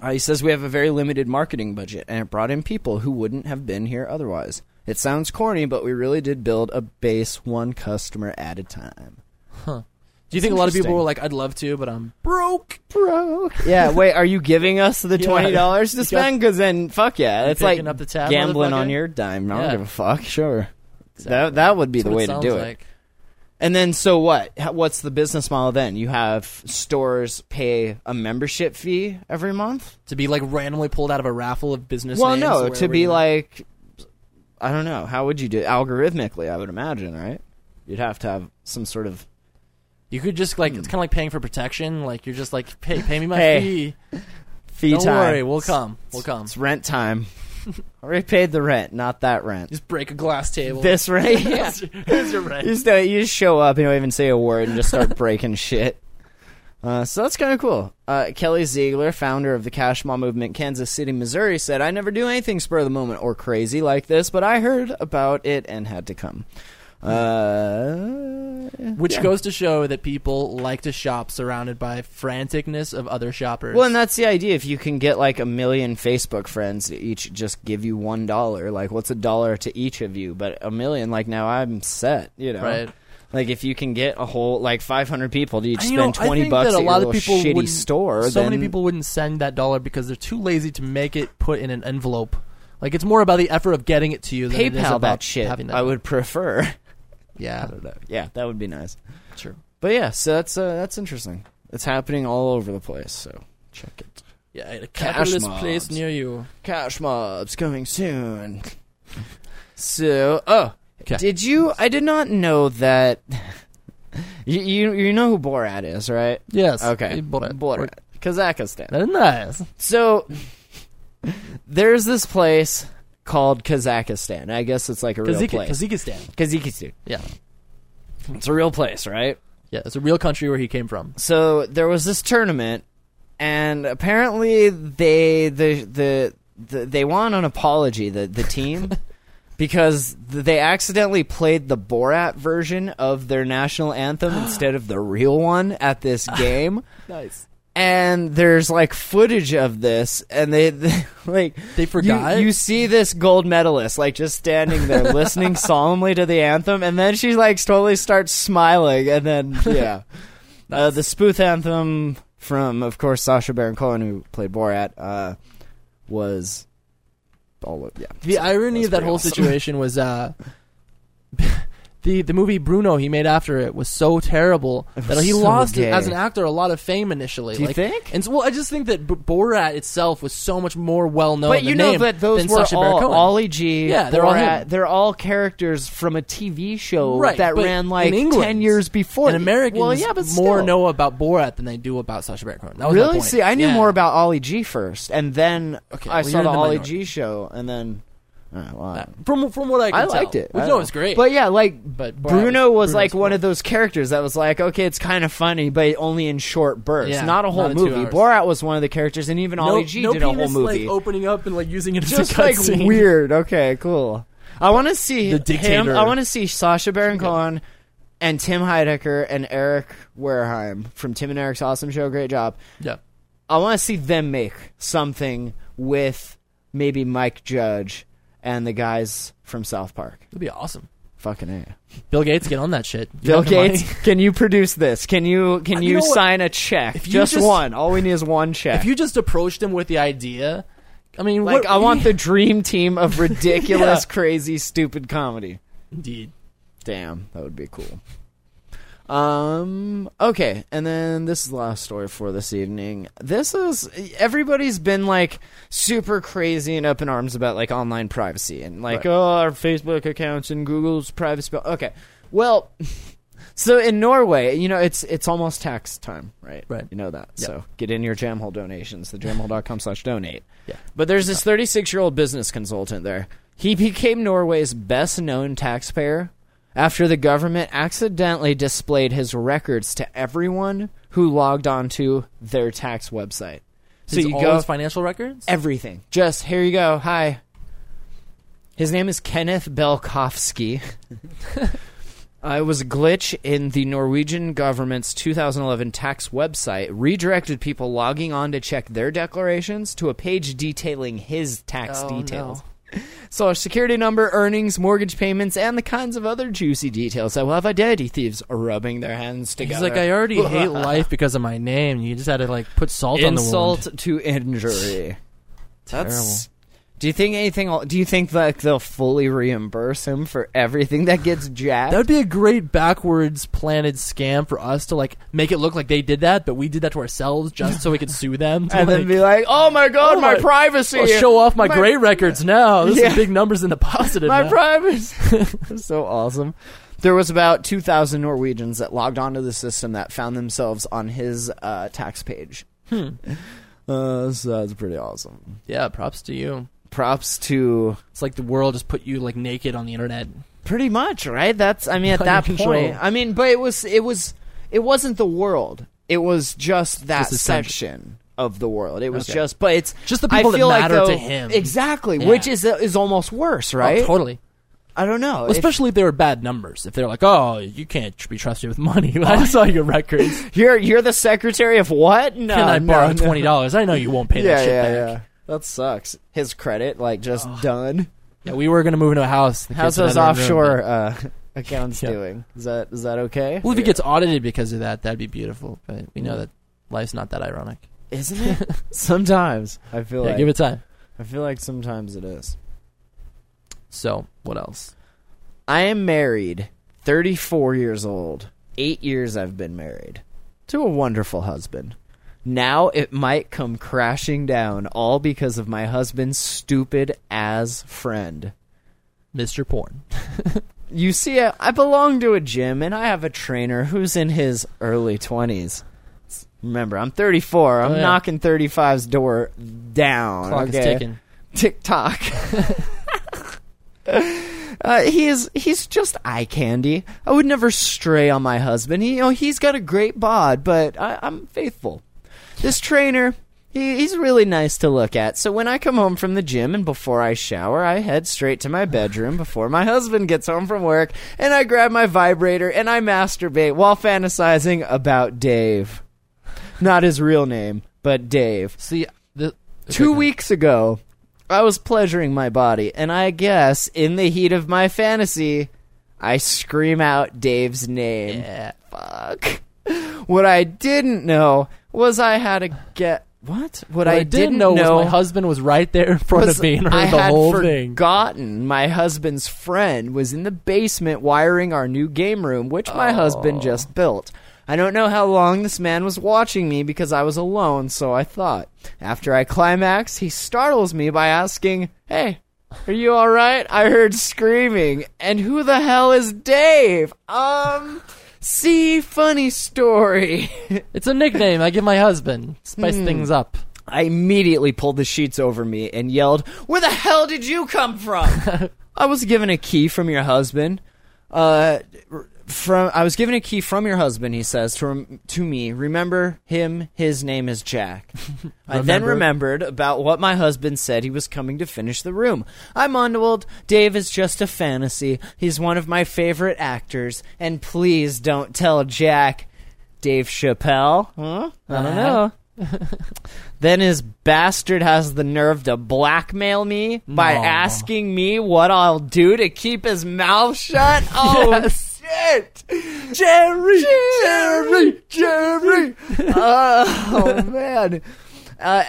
Speaker 4: Uh, he says we have a very limited marketing budget, and it brought in people who wouldn't have been here otherwise. It sounds corny, but we really did build a base one customer at a time.
Speaker 5: Do you think a lot of people
Speaker 4: interesting.
Speaker 5: were like, "I'd love to, but um, I'm broke"?
Speaker 4: Broke. Yeah. Wait. Are you giving us the
Speaker 5: Yeah.
Speaker 4: twenty dollars
Speaker 5: Yeah.
Speaker 4: to spend? Because then, fuck yeah, that's like
Speaker 5: picking up the tab,
Speaker 4: gambling on
Speaker 5: motherfucker?
Speaker 4: your dime. I don't
Speaker 5: Yeah.
Speaker 4: give a fuck. Sure. That that would be
Speaker 5: That's
Speaker 4: the
Speaker 5: what
Speaker 4: way
Speaker 5: it
Speaker 4: to
Speaker 5: sounds
Speaker 4: do it.
Speaker 5: like.
Speaker 4: And then, so what? H- What's the business model then? You have stores pay a membership fee every month.
Speaker 5: To be like randomly pulled out of a raffle of business.
Speaker 4: Well,
Speaker 5: names
Speaker 4: no,
Speaker 5: where
Speaker 4: to
Speaker 5: we're
Speaker 4: be
Speaker 5: gonna-
Speaker 4: like, I don't know. How would you do it? algorithmically? I would imagine, right? You'd have to have some sort of
Speaker 5: you could just like it's kind of like paying for protection. Like you're just like, pay, pay me my
Speaker 4: Hmm. Hey,
Speaker 5: fee.
Speaker 4: fee
Speaker 5: Don't
Speaker 4: time.
Speaker 5: worry, we'll come. We'll come.
Speaker 4: It's rent time. Already paid the rent, not that rent.
Speaker 5: Just break a glass table.
Speaker 4: This rent. Yeah.
Speaker 5: Here's your rent.
Speaker 4: you just don't- you just show up and don't even say a word and just start breaking shit. Uh, so that's kind of cool. Uh, Kelly Ziegler, founder of the Cash Mall Movement, Kansas City, Missouri, said, "I never do anything spur of the moment or crazy like this, but I heard about it and had to come." Uh,
Speaker 5: Which
Speaker 4: yeah.
Speaker 5: goes to show that people like to shop surrounded by franticness of other shoppers.
Speaker 4: Well, and that's the idea. If you can get like a million Facebook friends to each just give you one dollar, like what's a dollar to each of you? But a million, like now I'm set. You know,
Speaker 5: Right.
Speaker 4: Like if you can get a whole like 500 people to each
Speaker 5: And,
Speaker 4: spend
Speaker 5: you know, I
Speaker 4: 20
Speaker 5: think
Speaker 4: bucks
Speaker 5: that
Speaker 4: at
Speaker 5: a
Speaker 4: your
Speaker 5: lot of
Speaker 4: little
Speaker 5: people
Speaker 4: shitty
Speaker 5: wouldn't-
Speaker 4: store,
Speaker 5: So
Speaker 4: then
Speaker 5: many people wouldn't send that dollar because they're too lazy to make it put in an envelope. Like it's more about the effort of getting it to you than it is
Speaker 4: PayPal
Speaker 5: about
Speaker 4: that shit.
Speaker 5: Having that.
Speaker 4: I would prefer.
Speaker 5: Yeah,
Speaker 4: yeah, that would be nice.
Speaker 5: true.
Speaker 4: But yeah, so that's uh, that's interesting. It's happening all over the place. So check it.
Speaker 5: Yeah, at a
Speaker 4: Cash
Speaker 5: capitalist
Speaker 4: mobs.
Speaker 5: place near you.
Speaker 4: Cash mobs coming soon. so, oh,
Speaker 5: 'Kay.
Speaker 4: did you? I did not know that. you, you you know who Borat is, right?
Speaker 5: Yes.
Speaker 4: Okay,
Speaker 5: Borat.
Speaker 4: Borat, Kazakhstan.
Speaker 5: That is nice.
Speaker 4: So there's this place called Kazakhstan. I guess it's like a real
Speaker 5: Kazakh-
Speaker 4: place.
Speaker 5: Kazakhstan.
Speaker 4: Kazakhstan.
Speaker 5: Yeah.
Speaker 4: It's a real place, right?
Speaker 5: Yeah, it's a real country where he came from.
Speaker 4: So there was this tournament, and apparently they the the, the they want an apology the the team because th- they accidentally played the Borat version of their national anthem instead of the real one at this game.
Speaker 5: Nice.
Speaker 4: and there's like footage of this and they, they- like
Speaker 5: They
Speaker 4: you-
Speaker 5: forgot?
Speaker 4: you, see this gold medalist like just standing there listening solemnly to the anthem and then she like totally starts smiling and then yeah uh, the spoof anthem from of course Sasha Baron Cohen who played Borat uh, was all of yeah
Speaker 5: The irony
Speaker 4: that's
Speaker 5: of that
Speaker 4: pretty
Speaker 5: whole
Speaker 4: awesome.
Speaker 5: situation was uh, the the movie Bruno he made after it was so terrible that
Speaker 4: was
Speaker 5: he
Speaker 4: so
Speaker 5: lost
Speaker 4: gay.
Speaker 5: as an actor a lot of fame initially.
Speaker 4: Do you
Speaker 5: like,
Speaker 4: think?
Speaker 5: And so, well, I just think that B- Borat itself was so much more well known.
Speaker 4: but you know that those
Speaker 5: than
Speaker 4: were
Speaker 5: Sacha Baron
Speaker 4: all
Speaker 5: Cohen.
Speaker 4: Ollie G.
Speaker 5: Yeah, they're all
Speaker 4: Borat,
Speaker 5: him.
Speaker 4: they're all characters from a TV show
Speaker 5: Right,
Speaker 4: that
Speaker 5: but
Speaker 4: ran like
Speaker 5: in England,
Speaker 4: ten years before.
Speaker 5: and Americans
Speaker 4: well, yeah, but
Speaker 5: more
Speaker 4: still.
Speaker 5: know about Borat than they do about Sacha Baron Cohen. That was my
Speaker 4: Really?
Speaker 5: point.
Speaker 4: See, I knew
Speaker 5: Yeah.
Speaker 4: more about Ollie G first, and then
Speaker 5: Okay,
Speaker 4: I
Speaker 5: well,
Speaker 4: saw
Speaker 5: you're
Speaker 4: the,
Speaker 5: in the
Speaker 4: Ollie
Speaker 5: minority.
Speaker 4: G show, and then oh, well, I-
Speaker 5: from from what I
Speaker 4: I
Speaker 5: can
Speaker 4: liked
Speaker 5: tell.
Speaker 4: it.
Speaker 5: Which,
Speaker 4: I-
Speaker 5: no, it's great.
Speaker 4: But yeah, like
Speaker 5: But Borat
Speaker 4: Bruno
Speaker 5: was-
Speaker 4: was like
Speaker 5: Bruno's
Speaker 4: one of those characters that was like, okay, it's kind of funny, but only in short bursts,
Speaker 5: Yeah,
Speaker 4: not a whole
Speaker 5: not in two
Speaker 4: movie.
Speaker 5: hours.
Speaker 4: Borat was one of the characters, and even
Speaker 5: no,
Speaker 4: Ollie E G
Speaker 5: no
Speaker 4: did a
Speaker 5: penis,
Speaker 4: whole movie.
Speaker 5: like opening up and like using it as a
Speaker 4: Just like
Speaker 5: cutscene.
Speaker 4: weird. Okay, cool. I want to see
Speaker 5: The dictator.
Speaker 4: him. I want to see Sasha Baron Cohen and Tim Heidecker and Eric Wareheim from Tim and Eric's Awesome Show. Great job.
Speaker 5: Yeah.
Speaker 4: I want to see them make something with maybe Mike Judge and the guys from South Park.
Speaker 5: That'd be awesome.
Speaker 4: Fucking A.
Speaker 5: Bill Gates, get on that shit. You
Speaker 4: Bill
Speaker 5: have the money.
Speaker 4: Gates, can you produce this? Can you can
Speaker 5: You
Speaker 4: you,
Speaker 5: know what?
Speaker 4: sign a check?
Speaker 5: If you
Speaker 4: just,
Speaker 5: just-
Speaker 4: one. All we need is one check.
Speaker 5: If you just approached him with the idea, I mean,
Speaker 4: like
Speaker 5: what,
Speaker 4: I want the dream team of ridiculous,
Speaker 5: Yeah.
Speaker 4: crazy, stupid comedy.
Speaker 5: indeed.
Speaker 4: Damn, that would be cool. Um. Okay, and then this is the last story for this evening. This is everybody's been like super crazy and up in arms about like online privacy and like
Speaker 5: Right.
Speaker 4: oh our Facebook accounts and Google's privacy. bill. Okay, well, so in Norway, you know it's it's almost tax time, right?
Speaker 5: Right.
Speaker 4: You know that. So get in your Jamhole donations, the jamhole.com slash donate.
Speaker 5: Yeah.
Speaker 4: But there's this 36 year old business consultant there. He became Norway's best known taxpayer after the government accidentally displayed his records to everyone who logged onto their tax website. So
Speaker 5: His-
Speaker 4: you
Speaker 5: all
Speaker 4: go
Speaker 5: his financial records.
Speaker 4: everything. Just here you go. Hi. His name is Kenneth Belkofsky. uh, it was a glitch in the Norwegian government's 2011 tax website, redirected people logging on to check their declarations to a page detailing his tax
Speaker 5: Oh,
Speaker 4: details.
Speaker 5: no.
Speaker 4: Social security number, earnings, mortgage payments, and the kinds of other juicy details that will have identity thieves rubbing their hands together.
Speaker 5: He's like, I already hate life because of my name. You just had to like put salt on the wound.
Speaker 4: insult to injury. That's. Do you think anything? will- Do you think like they'll fully reimburse him for everything that gets jacked?
Speaker 5: That would be a great backwards planted scam for us to like make it look like they did that, but we did that to ourselves just so we could sue them. To,
Speaker 4: and
Speaker 5: like,
Speaker 4: then be like, "Oh my god,
Speaker 5: Oh
Speaker 4: my,
Speaker 5: my-
Speaker 4: privacy!
Speaker 5: I'll show off my,
Speaker 4: my-
Speaker 5: great records now. This
Speaker 4: Yeah.
Speaker 5: is big numbers in the positive.
Speaker 4: my
Speaker 5: now.
Speaker 4: privacy!" so awesome. There was about two thousand Norwegians that logged onto the system that found themselves on his uh, tax page.
Speaker 5: Hmm.
Speaker 4: Uh, so that's pretty awesome.
Speaker 5: yeah, props to you.
Speaker 4: Props to
Speaker 5: It's like the world just put you like naked on the internet.
Speaker 4: Pretty much, right? That's I mean at
Speaker 5: Under
Speaker 4: that
Speaker 5: control.
Speaker 4: point. I mean, but it was it was it wasn't the world. It was just that
Speaker 5: Just a
Speaker 4: section of the world. It was
Speaker 5: Okay.
Speaker 4: just but it's
Speaker 5: Just the
Speaker 4: I
Speaker 5: people that
Speaker 4: feel like,
Speaker 5: matter to
Speaker 4: though-
Speaker 5: him.
Speaker 4: Exactly,
Speaker 5: Yeah.
Speaker 4: which is is almost worse, right?
Speaker 5: Oh, totally.
Speaker 4: I don't know. If-
Speaker 5: Especially if they were bad numbers. If they're like, oh, you can't tr- be trusted with money.
Speaker 4: Oh.
Speaker 5: I saw your records.
Speaker 4: you're you're the secretary of what? No,
Speaker 5: Can I
Speaker 4: no,
Speaker 5: borrow
Speaker 4: Oh, no.
Speaker 5: twenty dollars? I know you won't pay that
Speaker 4: Yeah,
Speaker 5: shit
Speaker 4: yeah,
Speaker 5: back.
Speaker 4: yeah. That sucks. His credit like just done.
Speaker 5: Yeah, we were gonna move into a house. The
Speaker 4: How's those
Speaker 5: kids in another room,
Speaker 4: offshore
Speaker 5: but-
Speaker 4: uh, accounts
Speaker 5: Yeah.
Speaker 4: doing? Is that is that okay?
Speaker 5: Well, if he gets audited because of that, that'd be beautiful. But we know that life's not that ironic.
Speaker 4: Isn't it? Sometimes I feel
Speaker 5: Yeah,
Speaker 4: like
Speaker 5: give it time.
Speaker 4: I feel like sometimes it is.
Speaker 5: So what else?
Speaker 4: I am married, 34 years old. Eight years I've been married to a wonderful husband. Now it might come crashing down, all because of my husband's stupid ass friend.
Speaker 5: Mr. Porn.
Speaker 4: You see, I I belong to a gym and I have a trainer who's in his early 20s. Remember, I'm 34. I'm
Speaker 5: Oh, yeah.
Speaker 4: knocking 35's door down.
Speaker 5: Clock
Speaker 4: okay?
Speaker 5: is ticking.
Speaker 4: TikTok. Uh, he is he's just eye candy. I would never stray on my husband. He, you know, he's got a great bod, but I, I'm faithful. This trainer, he, he's really nice to look at. So when I come home from the gym and before I shower, I head straight to my bedroom before my husband gets home from work, and I grab my vibrator and I masturbate while fantasizing about Dave. Not his real name, but Dave
Speaker 5: See, the,
Speaker 4: two weeks ago, I was pleasuring my body, and I guess in the heat of my fantasy, I scream out Dave's name.
Speaker 5: Yeah.
Speaker 4: Fuck. What I didn't know was I had a get. What? What,
Speaker 5: What I, didn't know, was my husband was right there in front
Speaker 4: was
Speaker 5: of me and heard
Speaker 4: I
Speaker 5: the
Speaker 4: had
Speaker 5: whole thing.
Speaker 4: forgotten my husband's friend was in the basement wiring our new game room, which my
Speaker 5: Oh.
Speaker 4: husband just built. I don't know how long this man was watching me because I was alone, so I thought. After I climax, he startles me by asking, Hey, are you alright? I heard screaming. And who the hell is Dave? Um, see, funny story.
Speaker 5: It's a nickname I give my husband. Spice
Speaker 4: Hmm.
Speaker 5: things up.
Speaker 4: I immediately pulled the sheets over me and yelled, Where the hell did you come from? I was given a key from your husband. Uh, from I was given a key from your husband, he says, to, rem- to me. Remember him, his name is Jack. I then remembered about what my husband said he was coming to finish the room. I mumbled, Dave is just a fantasy. He's one of my favorite actors. And please don't tell Jack. Dave Chappelle? Huh? I don't know. Then his bastard has the nerve to blackmail me by
Speaker 5: No.
Speaker 4: asking me what I'll do to keep his mouth shut. Oh shit, Jerry, Jerry, Jerry. oh man. Uh,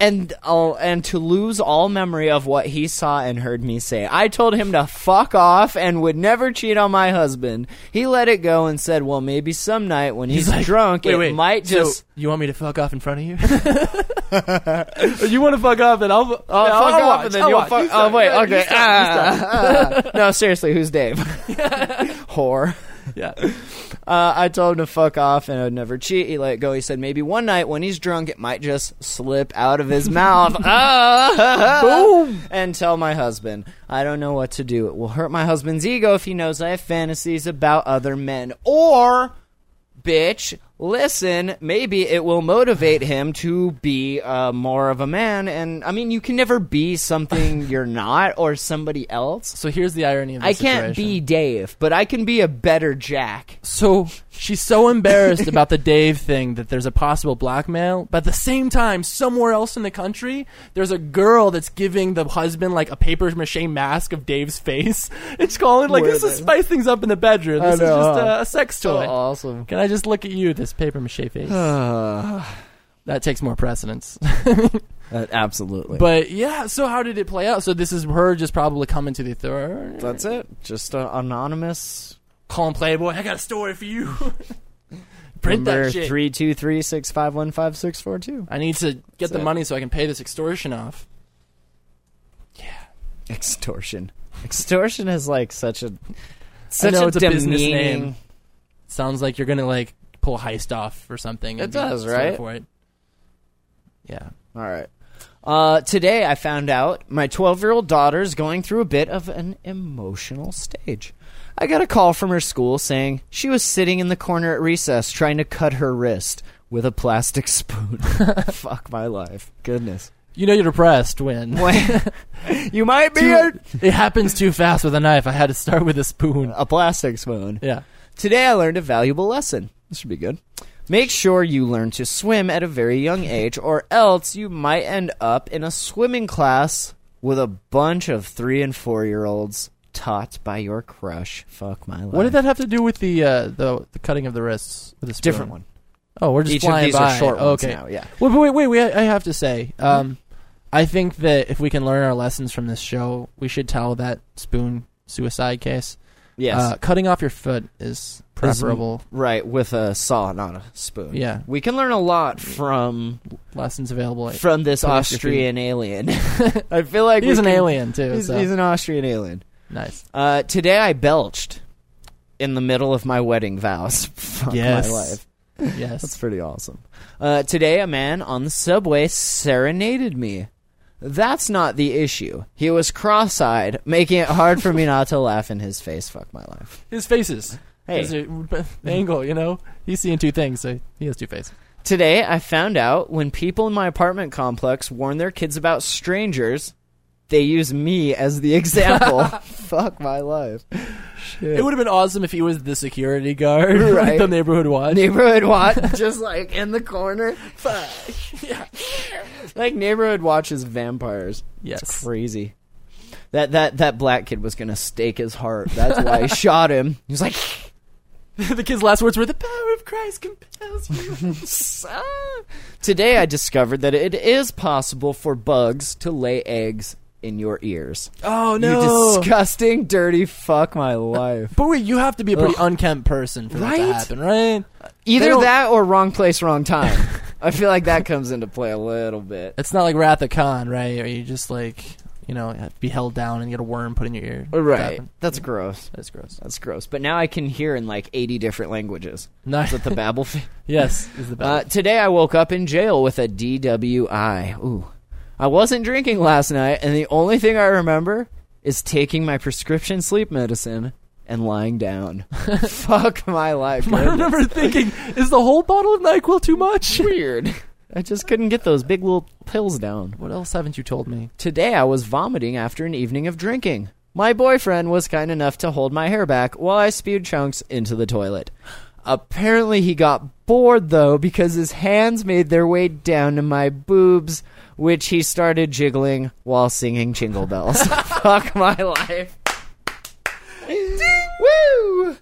Speaker 4: and all and to lose all memory of what he saw and heard me say. I told him to fuck off and would never cheat on my husband. He let it go and said, "Well, maybe some night when he's,
Speaker 5: like,
Speaker 4: drunk,
Speaker 5: wait,
Speaker 4: it
Speaker 5: wait,
Speaker 4: might
Speaker 5: so
Speaker 4: just."
Speaker 5: you want me to fuck off in front of you? you want to fuck off, and I'll. Oh,
Speaker 4: I'll fuck off
Speaker 5: watch,
Speaker 4: and then
Speaker 5: I'll
Speaker 4: you'll
Speaker 5: watch.
Speaker 4: fuck.
Speaker 5: You
Speaker 4: oh
Speaker 5: suck.
Speaker 4: wait,
Speaker 5: Yeah, you
Speaker 4: okay.
Speaker 5: suck, you
Speaker 4: Ah, ah. no, seriously, who's Dave? Whore.
Speaker 5: suck. Yeah.
Speaker 4: Uh, I told him to fuck off and I'd never cheat. He let it go. He said maybe one night when he's drunk, it might just slip out of his mouth. Ah! And tell my husband. I don't know what to do. It will hurt my husband's ego if he knows I have fantasies about other men. Or, bitch, listen, maybe it will motivate him to be uh, more of a man. And I mean, you can never be something you're not or somebody else.
Speaker 5: So here's the irony of this
Speaker 4: I can't
Speaker 5: situation.
Speaker 4: be Dave, but I can be a better Jack.
Speaker 5: So she's so embarrassed about the Dave thing that there's a possible blackmail. But at the same time, somewhere else in the country, there's a girl that's giving the husband like a paper mache mask of Dave's face. It's calling like
Speaker 4: Where
Speaker 5: this is
Speaker 4: the-
Speaker 5: spice things up in the bedroom. This
Speaker 4: know,
Speaker 5: is just
Speaker 4: huh?
Speaker 5: uh, a sex
Speaker 4: So
Speaker 5: toy.
Speaker 4: awesome.
Speaker 5: Can I just look at you, this paper mache face? that takes more precedence.
Speaker 4: Uh, absolutely.
Speaker 5: but yeah, so how did it play out? So this is her just probably coming to the authority,
Speaker 4: that's it. Just uh, anonymous
Speaker 5: calling Playboy. I got a story for you. Print
Speaker 4: number
Speaker 5: that shit.
Speaker 4: three two three six five one five six four two.
Speaker 5: I need to get the
Speaker 4: it.
Speaker 5: money so I can pay this extortion off.
Speaker 4: Extortion. Extortion is like such a such
Speaker 5: know
Speaker 4: a
Speaker 5: it's a
Speaker 4: demeaning.
Speaker 5: business name. Sounds like you're gonna like pull heist off or something. and
Speaker 4: It
Speaker 5: be
Speaker 4: does,
Speaker 5: sorry
Speaker 4: right?
Speaker 5: For it. Yeah.
Speaker 4: All right. Uh, today I found out my 12 year old daughter's going through a bit of an emotional stage. I got a call from her school saying she was sitting in the corner at recess trying to cut her wrist with a plastic spoon. Fuck my life. Goodness.
Speaker 5: You know you're depressed when
Speaker 4: you might be a,
Speaker 5: Dude, it happens too fast with a knife. I had to start with a spoon.
Speaker 4: a plastic spoon.
Speaker 5: Yeah.
Speaker 4: Today I learned a valuable lesson. This should be good. Make sure you learn to swim at a very young age, or else you might end up in a swimming class with a bunch of three and four year olds taught by your crush. Fuck my life.
Speaker 5: What did that have to do with the uh, the, the cutting of the wrists with a spoon?
Speaker 4: different one?
Speaker 5: Oh, we're just
Speaker 4: Each of
Speaker 5: flying
Speaker 4: these
Speaker 5: by.
Speaker 4: are short ones
Speaker 5: okay.
Speaker 4: now. Yeah. Hmm?
Speaker 5: Wait, but wait, wait, wait. I have to say, um, I think that if we can learn our lessons from this show, we should tell that spoon suicide case.
Speaker 4: Yes.
Speaker 5: Uh, cutting off your foot is preferable.
Speaker 4: right. With a saw, not a spoon.
Speaker 5: Yeah.
Speaker 4: We can learn a lot from
Speaker 5: Lessons available. Like,
Speaker 4: from this
Speaker 5: Put off your feet.
Speaker 4: Austrian alien. I feel like
Speaker 5: he's
Speaker 4: we
Speaker 5: an
Speaker 4: can-
Speaker 5: alien too.
Speaker 4: He's,
Speaker 5: so.
Speaker 4: he's an Austrian alien.
Speaker 5: nice.
Speaker 4: Uh, today I belched in the middle of my wedding vows. Fuck
Speaker 5: Yes.
Speaker 4: my life.
Speaker 5: Yes.
Speaker 4: That's pretty awesome. Uh, today a man on the subway serenaded me. That's not the issue. He was cross-eyed, making it hard for me not to laugh in his face. Fuck my life.
Speaker 5: His faces.
Speaker 4: Hey.
Speaker 5: His, uh, angle. You know, he's seeing two things, so he has two faces.
Speaker 4: Today I found out when people in my apartment complex warn their kids about strangers, they use me as the example. Fuck my life.
Speaker 5: It would have been awesome if he was the security guard,
Speaker 4: Right.
Speaker 5: right? the neighborhood watch.
Speaker 4: neighborhood watch just like in the corner fuck like neighborhood watches vampires it's
Speaker 5: yes.
Speaker 4: crazy that that that black kid was gonna stake his heart that's why i shot him he was like
Speaker 5: the kid's last words were, "The power of Christ compels you."
Speaker 4: "Ah." today i discovered that it is possible for bugs to lay eggs in your ears
Speaker 5: Oh
Speaker 4: you disgusting dirty fuck my life
Speaker 5: but wait, you have to be a pretty unkempt person for that to
Speaker 4: Right?
Speaker 5: happen, right? They
Speaker 4: either
Speaker 5: don't-
Speaker 4: that or wrong place wrong time i feel like that comes into play a little bit
Speaker 5: It's not like Wrath of Khan, right? Or you just like, you know, have to be held down and get a worm put in your ear.
Speaker 4: right
Speaker 5: That-
Speaker 4: that's gross
Speaker 5: That's gross.
Speaker 4: That's gross. But now I can hear in like 80 different languages.
Speaker 5: Nice.
Speaker 4: Is it the babble? fi-
Speaker 5: yes, is the
Speaker 4: uh,
Speaker 5: best.
Speaker 4: today I woke up in jail with a DWI. Ooh. I wasn't drinking last night, and the only thing I remember is taking my prescription sleep medicine and lying down. Fuck my life.
Speaker 5: I remember thinking, is the whole bottle of Nyquil too much?
Speaker 4: Weird. I just couldn't get those big little pills down.
Speaker 5: What else haven't you told me?
Speaker 4: Today I was vomiting after an evening of drinking. My boyfriend was kind enough to hold my hair back while I spewed chunks into the toilet. Apparently, he got bored though because his hands made their way down to my boobs, which he started jiggling while singing Jingle Bells. Fuck my life. Woo!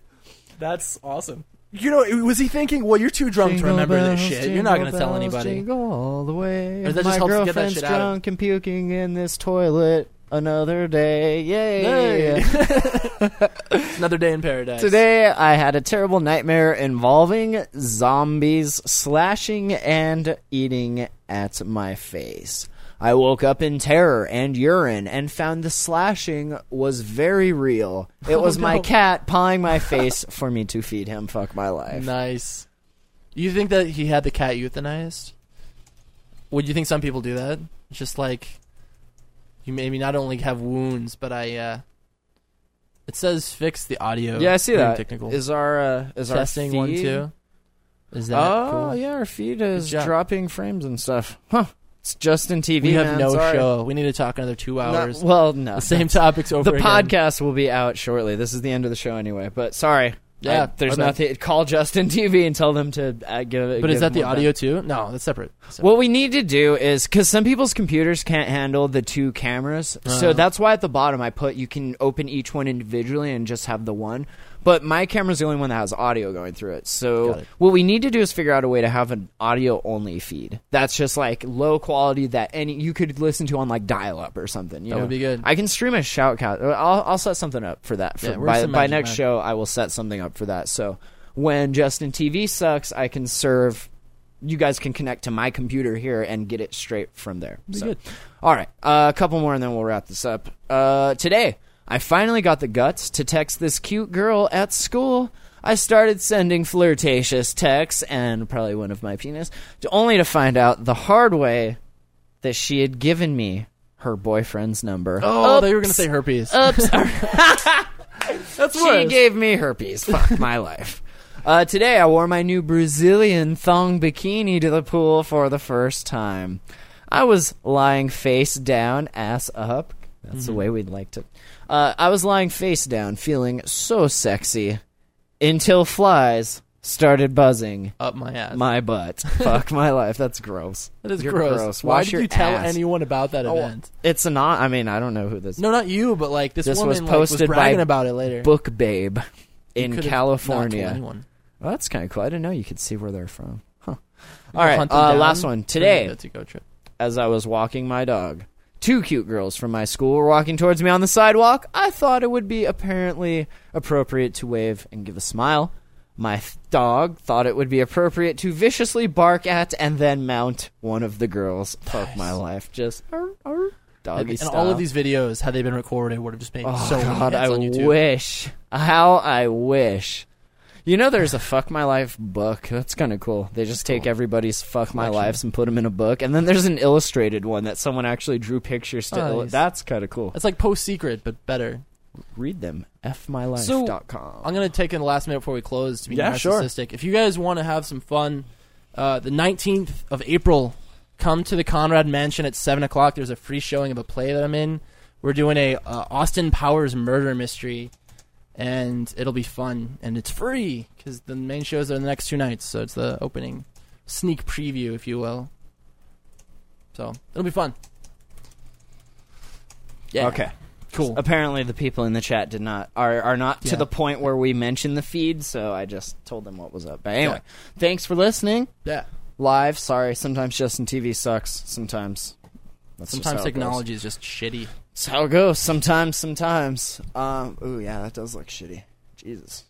Speaker 5: That's awesome. you know, was he thinking, "Well, you're too drunk to remember this shit. You're not gonna tell anybody."
Speaker 4: Jingle all the way.
Speaker 5: Or that
Speaker 4: My
Speaker 5: just helps to get that
Speaker 4: girlfriend's
Speaker 5: shit out of-
Speaker 4: drunk and puking in this toilet. Another day, yay!
Speaker 5: Another day in paradise.
Speaker 4: Today I had a terrible nightmare involving zombies slashing and eating at my face. I woke up in terror and urine and found the slashing was very real. It was my
Speaker 5: no.
Speaker 4: cat pawing my face for me to feed him. Fuck my life.
Speaker 5: nice. You think that he had the cat euthanized? Would you think some people do that? It's Just like you maybe not only have wounds, but I. uh It says fix the audio.
Speaker 4: Yeah, I see
Speaker 5: Very
Speaker 4: that. Is
Speaker 5: Technical
Speaker 4: our uh, is
Speaker 5: testing
Speaker 4: our
Speaker 5: one
Speaker 4: feed-
Speaker 5: two. Is that
Speaker 4: Oh
Speaker 5: cool?
Speaker 4: yeah, our feed is
Speaker 5: job.
Speaker 4: dropping frames and stuff. Huh? It's just in TV.
Speaker 5: We have
Speaker 4: man,
Speaker 5: no
Speaker 4: sorry.
Speaker 5: show. We need to talk another two
Speaker 4: No-
Speaker 5: hours.
Speaker 4: well, no.
Speaker 5: the same topics over
Speaker 4: the
Speaker 5: again.
Speaker 4: podcast will be out shortly. This is the end of the show anyway. But sorry,
Speaker 5: Yeah,
Speaker 4: I- there's
Speaker 5: okay.
Speaker 4: nothing. Call Justin TV and tell them to uh, give.
Speaker 5: But is that the audio too? No, that's separate. So-
Speaker 4: What we need to do is because some people's computers can't handle the two cameras,
Speaker 5: Uh-huh.
Speaker 4: so that's why at the bottom I put you can open each one individually and just have the one. But my camera's the only one that has audio going through it. So
Speaker 5: Got it.
Speaker 4: what we need to do is figure out a way to have an audio only feed that's just like low quality that any you could listen to on like dial up or something. You
Speaker 5: That would
Speaker 4: know?
Speaker 5: be good.
Speaker 4: I can stream a shoutcast. Uh, I'll I'll set something up for that. For,
Speaker 5: Yeah, where's
Speaker 4: by
Speaker 5: the
Speaker 4: by
Speaker 5: magic
Speaker 4: next
Speaker 5: mic?
Speaker 4: show, I will set something up for that. So when Justin TV sucks, I can serve you guys can connect to my computer here and get it straight from there. So,
Speaker 5: good.
Speaker 4: All right, uh, a couple more and then we'll wrap this up. Uh, today, I finally got the guts to text this cute girl at school. I started sending flirtatious texts and probably one of my penis, to, only to find out the hard way that she had given me her boyfriend's number.
Speaker 5: oh, they were gonna say herpes.
Speaker 4: Oops.
Speaker 5: that's
Speaker 4: She gave me herpes. Fuck my life. Uh, today I wore my new Brazilian thong bikini to the pool for the first time. I was lying face down, ass up. That's
Speaker 5: Mm-hmm.
Speaker 4: the way we'd like to. Uh, I was lying face down, feeling so sexy, until flies started buzzing
Speaker 5: up my ass.
Speaker 4: my butt. Fuck my life. That's gross.
Speaker 5: that is
Speaker 4: You're
Speaker 5: gross. Why
Speaker 4: Wash
Speaker 5: did
Speaker 4: your
Speaker 5: you tell
Speaker 4: ass.
Speaker 5: anyone about that
Speaker 4: Oh,
Speaker 5: event?
Speaker 4: It's not. I mean, I don't know who this.
Speaker 5: No, not you, but like this,
Speaker 4: This
Speaker 5: woman
Speaker 4: was
Speaker 5: like,
Speaker 4: posted by
Speaker 5: bragging about it later.
Speaker 4: book babe in
Speaker 5: Could've not told
Speaker 4: California.
Speaker 5: anyone.
Speaker 4: Well, that's kind of cool. I didn't know you could see where they're from. Huh. All right,
Speaker 5: Hunt them
Speaker 4: uh,
Speaker 5: down
Speaker 4: last one.
Speaker 5: for
Speaker 4: Today,
Speaker 5: the to-go trip.
Speaker 4: as I was walking my dog, two cute girls from my school were walking towards me on the sidewalk. I thought it would be apparently appropriate to wave and give a smile. My th- dog thought it would be appropriate to viciously bark at and then mount one of the girls. Fuck my life. Just arr, arr, doggy
Speaker 5: And
Speaker 4: style.
Speaker 5: all of these videos, had they been recorded, would have just made
Speaker 4: Oh
Speaker 5: so many
Speaker 4: God,
Speaker 5: hits
Speaker 4: I
Speaker 5: on YouTube.
Speaker 4: wish. How I wish. You know, there's a "Fuck My Life" book. That's kind of cool. They just take everybody's "Fuck My Lives" and put them in a book, and then there's an illustrated one that someone actually drew pictures to.
Speaker 5: Oh,
Speaker 4: illu-
Speaker 5: nice.
Speaker 4: That's kind of cool.
Speaker 5: It's like post secret, but better.
Speaker 4: Read them.
Speaker 5: So, uh,
Speaker 4: fmylife.com.
Speaker 5: I'm gonna take in the last minute before we close to be
Speaker 4: Yeah, sure.
Speaker 5: narcissistic. If you guys want to have some fun, uh, the 19th of April, come to the Conrad Mansion at seven o'clock. There's a free showing of a play that I'm in. We're doing a uh, Austin Powers murder mystery, and it'll be fun and it's free because the main shows are the next two nights. So it's the opening sneak preview, if you will. So it'll be fun. Yeah.
Speaker 4: Okay. Uh,
Speaker 5: Cool.
Speaker 4: Apparently, the people in the chat did not are are not to
Speaker 5: Yeah.
Speaker 4: the point where we mentioned the feed, so I just told them what was up. But anyway,
Speaker 5: Yeah.
Speaker 4: thanks for listening.
Speaker 5: Yeah.
Speaker 4: Live. Sorry, sometimes Justin TV sucks. Sometimes. That's just
Speaker 5: Sometimes
Speaker 4: how it goes.
Speaker 5: technology is just shitty.
Speaker 4: It's how it goes. Sometimes, sometimes. Um, ooh, yeah, that does look shitty. Jesus.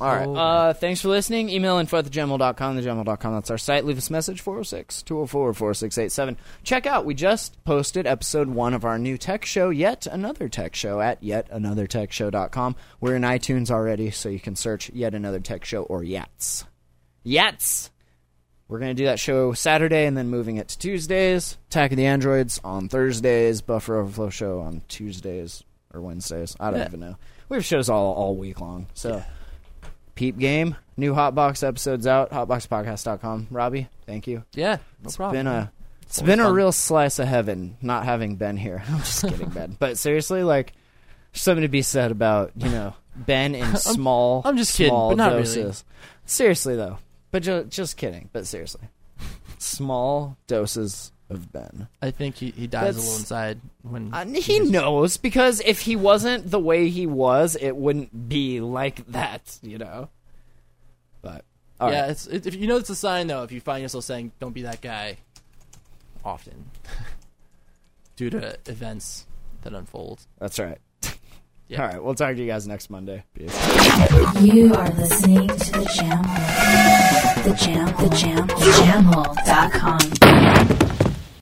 Speaker 4: All right.
Speaker 5: Oh.
Speaker 4: Uh, thanks for listening. Email info at thegemal.com. Thegemal.com. That's our site. Leave us a message 406 204 4687. Check out, we just posted episode one of our new tech show, Yet Another Tech Show, at yetanothertechshow.com. We're in iTunes already, so you can search Yet Another Tech Show or Yats. Yats! We're going to do that show Saturday and then moving it to Tuesdays. Attack of the Androids on Thursdays. Buffer Overflow show on Tuesdays or Wednesdays. I don't
Speaker 5: Yeah.
Speaker 4: even know. We have shows all, all week long. So, Peep Game, new Hotbox episodes out. Hotboxpodcast.com. Robbie, thank you.
Speaker 5: Yeah. No
Speaker 4: It's
Speaker 5: problem.
Speaker 4: been a it's
Speaker 5: always
Speaker 4: been a
Speaker 5: fun.
Speaker 4: real slice of heaven not having been here. I'm just kidding, Ben. But seriously, like there's something to be said about you know Ben in small.
Speaker 5: I'm just kidding,
Speaker 4: small
Speaker 5: but not really.
Speaker 4: doses. Seriously though, but ju- just kidding. But seriously, small doses of Ben.
Speaker 5: I think he, he dies a
Speaker 4: That's-
Speaker 5: little inside when
Speaker 4: Uh, he knows because if he wasn't the way he was, it wouldn't be like that, you know. But All
Speaker 5: yeah,
Speaker 4: right.
Speaker 5: it's it, if you know it's a sign though. If you find yourself saying "Don't be that guy," often due to events that unfold.
Speaker 4: That's right.
Speaker 5: Yeah.
Speaker 4: All right. We'll talk to you guys next Monday. Peace.
Speaker 6: You are listening to the Jam Hole. The Jam, the Jam, the Jam Hole.com.